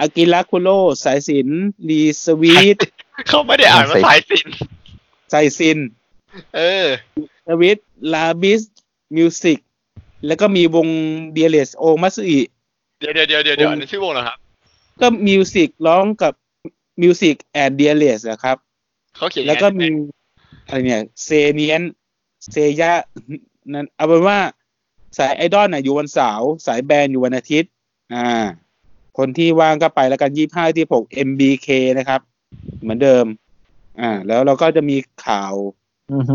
อากิระคุโรสายสินรีสวีท
เขาไม่ได้อ่านว่าสายสิน
สายสิน
เออ
สวิตลาบิสมิวสิกแล้วก็มีวงเดียเลสโอมัสอิ
เดี๋ยวเดี๋ยวเดี๋ยวเดี๋ยวเดี๋ยวนั่นชื่อวงเหรอครับ
ก็มิวสิกร้องกับมิวสิกแอดเดียเลสอะครับ
เขาเขียนยัง
แล้ว
ไง
ก็มีอะไรเนี่ยเซเนียนเซยะนั่นเอาเป็นว่าสายไอดอลน่ะอยู่วันเสาร์สายแบนอยู่วันอาทิตย์อ่า คนที่ว่างก็ไปแล้วกันยี่ห้าที่หก MBK นะครับ เหมือนเดิม อ่า แล้วเราก็จะมีข่าว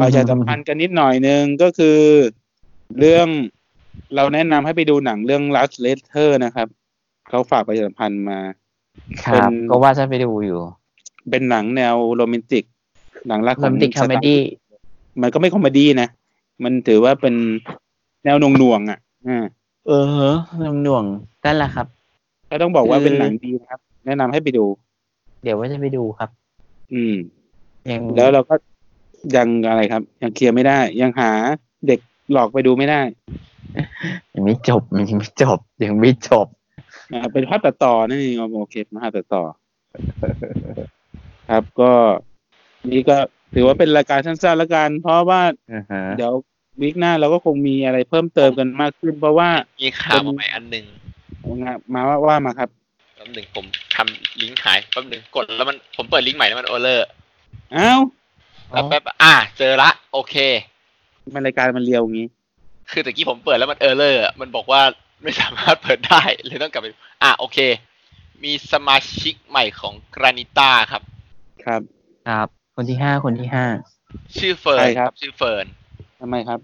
ประชาสัมพันธ์กันนิดหน่อยหนึงก็คือ เรื่องเราแนะนำให้ไปดูหนังเรื่อง Last Letter นะครับ เขาฝากประชาสัมพันธ์มา
ครับ
เป็น
ก็ว่าจะไปดูอยู่
เป็นหนังแนวโรแมนติก หนังรักข
คอ
อง
มดิคอมเมดี้
มันก็ไม่คอมเมดี้นะ มันถือว่าเป็นแนวหน่วงๆอ่ะอ่า
เออลำหน่วงนั่นแหละครับ
ก็ต้องบอกว่า
คือ
เป็นหนังดีนะครับ แนะนำให้ไปดู
เดี๋ยวว่าจะไปดูครับ
อืม
ยัง
แล้วเราก็ยังอะไรครับ ยังเคลียร์ไม่ได้ ยังหาเด็กหลอกไปดูไม่ได้
ยังไม่จบมันยังไม่จบยังไม่จบ
อ่าเป็นภาพตัดต่อนั่นเองโอเคมาภาพตัดต่อ ครับก็นี่ก็ถือว่าเป็นรายการสั้นๆละกัน เพราะว่า
อ่าฮะ
เดี๋ยววิกหน้าเราก็คงมีอะไรเพิ่มเติมกันมากขึ้น เพราะว่า
มีข่าวมาใหม่อันหนึ่ง
มาว่าว่ามาครับ
แป๊บหนึ่งผมทำลิงก์หายแป๊บหนึ่งกดแล้วมันผมเปิดลิงก์ใหม่แล้วมันโอเลอร์
เอ้า
แล้วแป๊บอ่ะเจอละโอเค
มันรายการมันเรียวอย่างงี้
คือตะกี้ผมเปิดแล้วมันเออร์เลอร์มันบอกว่าไม่สามารถเปิดได้เลยต้องกลับไปอ่ะโอเค มีสมาชิกใหม่ของกรานิต้าครับ
ครับ
ครับ คนที่ห้าคนที่ห้า
ชื่อเฟิร์น
ใครครับ
ชื่อเฟิร์น
ทำไมครับ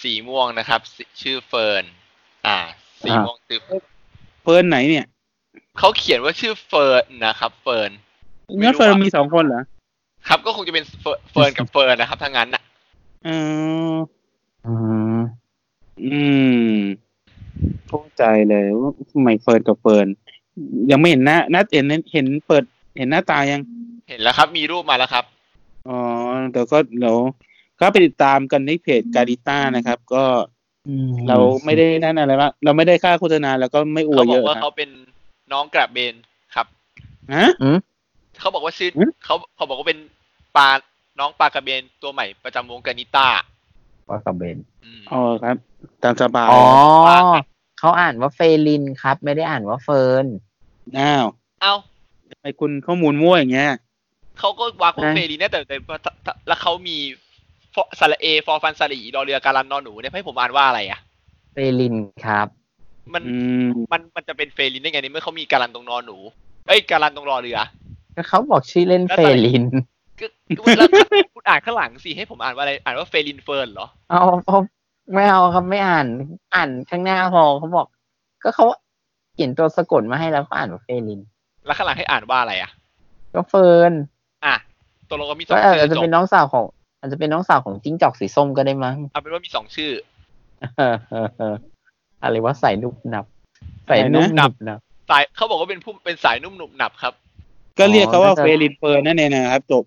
สีม่วงนะครับสชื่อเฟิร์นอ่า สีม่วงคือ
เฟิร์นไหนเนี่ย
เขาเขียนว่าชื่อเฟิร์นนะครับ เฟิร์น ไม่รู้
งั้นเฟิร์น
อะ
มีสองคนเหรอ
ครับก็คงจะเป็นเฟิร์นเฟิร์นกับเฟิร์นนะครับถ้างั้นนะ
เออ
อืม
อืมเข้าใจเลยว่าทำไมเฟิร์นกับเฟิร์นยังไม่เห็นหน้านัดเห็นเห็นเปิดเห็นหน้าตายัง
เห็นแล้วครับ มีรูปมาแล้วครับ
อ๋อแต่ก็เดี๋ยวก็ไปติดตามกันในเพจการิต้านะครับ ก็
อืม
เราไม่ได้นั่นอะไรวะเราไม่ได้ค่าโฆษณาแล้วก็ไม่อว
เขา
ย
บ
เย
อก
อะ
ว่า
นะ
เขาเป็นน้องกระเบนครับ
ฮะ
อืม
เขาบอกว่าชื่อ
หืม
เขาเขาบอกว่าเป็นปลาน้องปลากระเบนตัวใหม่ประจำวงกานิต้า
ว่ากับเบน
อืม
อ๋อครับ ตามสบาย
อ๋อ
ว่า
เขาอ่านว่าเฟลินครับ ไม่ได้อ่านว่าเฟิร์น
อ้าว
เอ้า
ทำไมคุณข้อมูลมั่วอย่างเงี้ย
เขาก็วากของ
นะ
เฟรีนะแต่แต่แต่แต่แล้วเขามีฟอสระเอฟอฟันสระอีดอเรือการันนอนหนูเนี่ยให้ผมอ่านว่าอะไรอ่ะ
เฟลินครับ
มัน
อืม
มันมันจะเป็นเฟรีนได้ไงในเมื่อเขามีการันตรงนอนหนู เอ้ยการันตรงรอเรือ
ก็เขาบอกชื่อเล่นเฟลิน
ก็ก็แล้วคุณอ่านข้างหลังสิให้ผมอ่านว่าอะไรอ่านว่าเฟรินเฟิร์นเหรอ
เอาเอาไม่เอาครับไม่อ่านอ่านข้างหน้าพอเขาบอก ก็เขาเขียนตัวสะกดมาให้แล้วก็อ่านว่าเฟลิน
แล้วข้างหลังให้อ่านว่าอะไรอ่ะ
ก็เฟิร์น
อ่ะตกลงก็มีส
ก็
อง
อาจ
ชื่อ
จะ
จบ
เป็นน้องสาวของ อาจจะเป็นน้องสาวของจิ้งจอกสีส้มก็ได้มั้ง [laughs]
เอาเป็นว่ามีสองชื่อ
อะไรว่าใส่นุ่มหนับ ใส่นุ่มหนับนะ
สายเขาบอกว่าเป็นผู้เป็นสายนุ่มหนุบหนับครับ
ก็เรียกเขาว่าเฟรินเฟิร์นนั่นเองนะครับจบ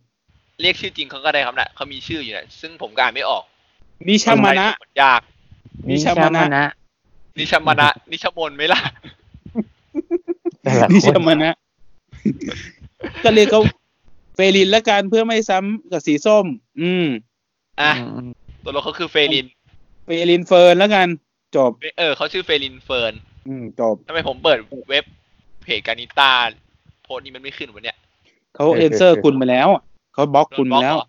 เรียกชื่อจริงเขาก็ได้ครับนะเขามีชื่ออยู่นะซึ่งผมก็อ่านไม่ออก
นิชามานะ
มันยาก
นิชามานะ
นิชามนะนิชามนไหมล่ะ
แต่ละ
นิ
ค
ชาน มานะ [laughs] ก็เรียกเขาเฟลินละกันเพื่อไม่ซ้ำกับสีส้ม อืม
อ่ะ
อืม
ตัวเราเขาคือเฟลิน
เฟลินเฟิร์นละกัน จบ
เออเขาชื่อเฟลินเฟิร์น
อืมจบ
ทำไมผมเปิดเว็บเพจการิต้าโพสต์นี้มันไม่ขึ้นวันเนี้ย
เขาเอนเซอร์คุณมาแล้วอะเขาบล็อกคุณ
โดนบล็อก
แล้ว
เหรอ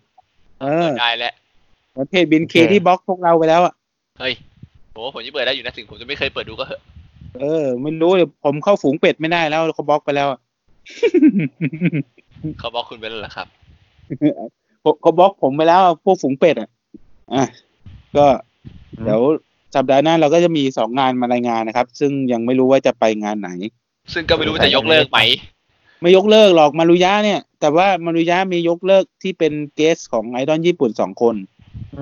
เอ
เปิ
อ
ดได้แล้ว
ประเภทบินเคที่บล็อกพวกเราไปแล้วอ่ะ
เฮ้ยผมว่าผมจะเปิดได้อยู่นะถึงผมจะไม่เคยเปิดดูก็เหอะ
เออ ไม่รู้เดี๋ยวผมเข้าฝูงเป็ดไม่ได้แล้วเขาบล็อกไปแล้วอะ [laughs]
เขาบล็อกคุณไปแล้วเหรอครับ
ผมเขาบล็อกผมไปแล้วอะพวกฝูงเป็ดอ่ะ อ่ะ ก็เดี๋ยวสัปดาห์หน้าเราก็จะมีสองงานมารายงานนะครับ ซึ่งยังไม่รู้ว่าจะไปงานไหน
ซึ่งก็ไม่รู้ว่าจะยกเลิกไหม
ไม่ยกเลิกหรอกมารุยะเนี่ย แต่ว่ามารุยะมียกเลิกที่เป็นเกสของไอดอลญี่ปุ่นสองคน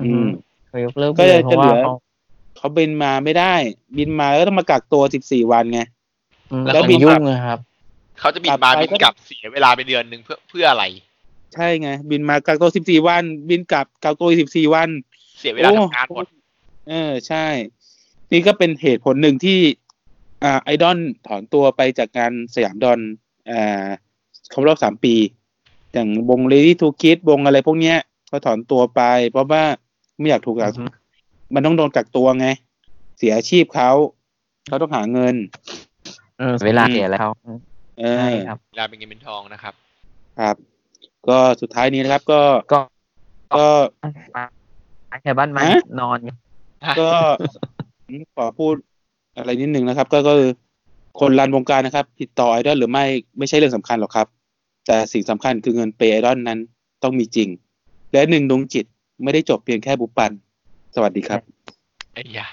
อืมเขายกเลิกไป
ก็
เลย
จะ
เพราะว่า
เหลือ
เขา
เขาบินมาไม่ได้ บินมาแล้วต้องมากักตัวสิบสี่วันไง
อืม
แล้ว
ก็
เขา
มียุ่งนะครับ
เขาจะบินมาบินกลับเสียเวลาไปเดือนหนึ่งเพื่อเพื่ออะไร
ใช่ไง บินมากักตัวสิบสี่วัน บินกลับกักตัวสิบสี่วัน
เสียเวลาทำงานหมด
เออใช่ นี่ก็เป็นเหตุผลหนึ่งที่ อ่าไอดอลถอนตัวไปจากงานสยามดอนอ่าครบรอบสามปี อย่างวงเลดี้ทูคิดวงอะไรพวกเนี้ยเขาถอนตัวไป เพราะว่าไม่อยากถูกกัก
อือฮึ
มันต้องโดนกักตัวไง เสียอาชีพเขาเขาต้องหาเงิน
อืมเวลาเสียแล้วเขา
เอ
ใช่
อ
ครับ
เวลาเป็นเงินเป็นทองนะครับ
ครับ ก็สุดท้ายนี้นะครับ ก็
ก็
ก็
แค่บ้านไม้
ฮะ
นอน
ก็ ผมขอพูดอะไรนิดนึงนะครับ ก็ก็คือคนรันวงการนะครับ ติดต่อไอดอลหรือไม่ไม่ใช่เรื่องสำคัญหรอกครับ แต่สิ่งสำคัญคือเงินเปย์ไอดอลนั้นต้องมีจริง และหนึ่งดวงจิตไม่ได้จบเพียงแค่บุปปัน สวัสดีครับ
[laughs] ไอ้ยา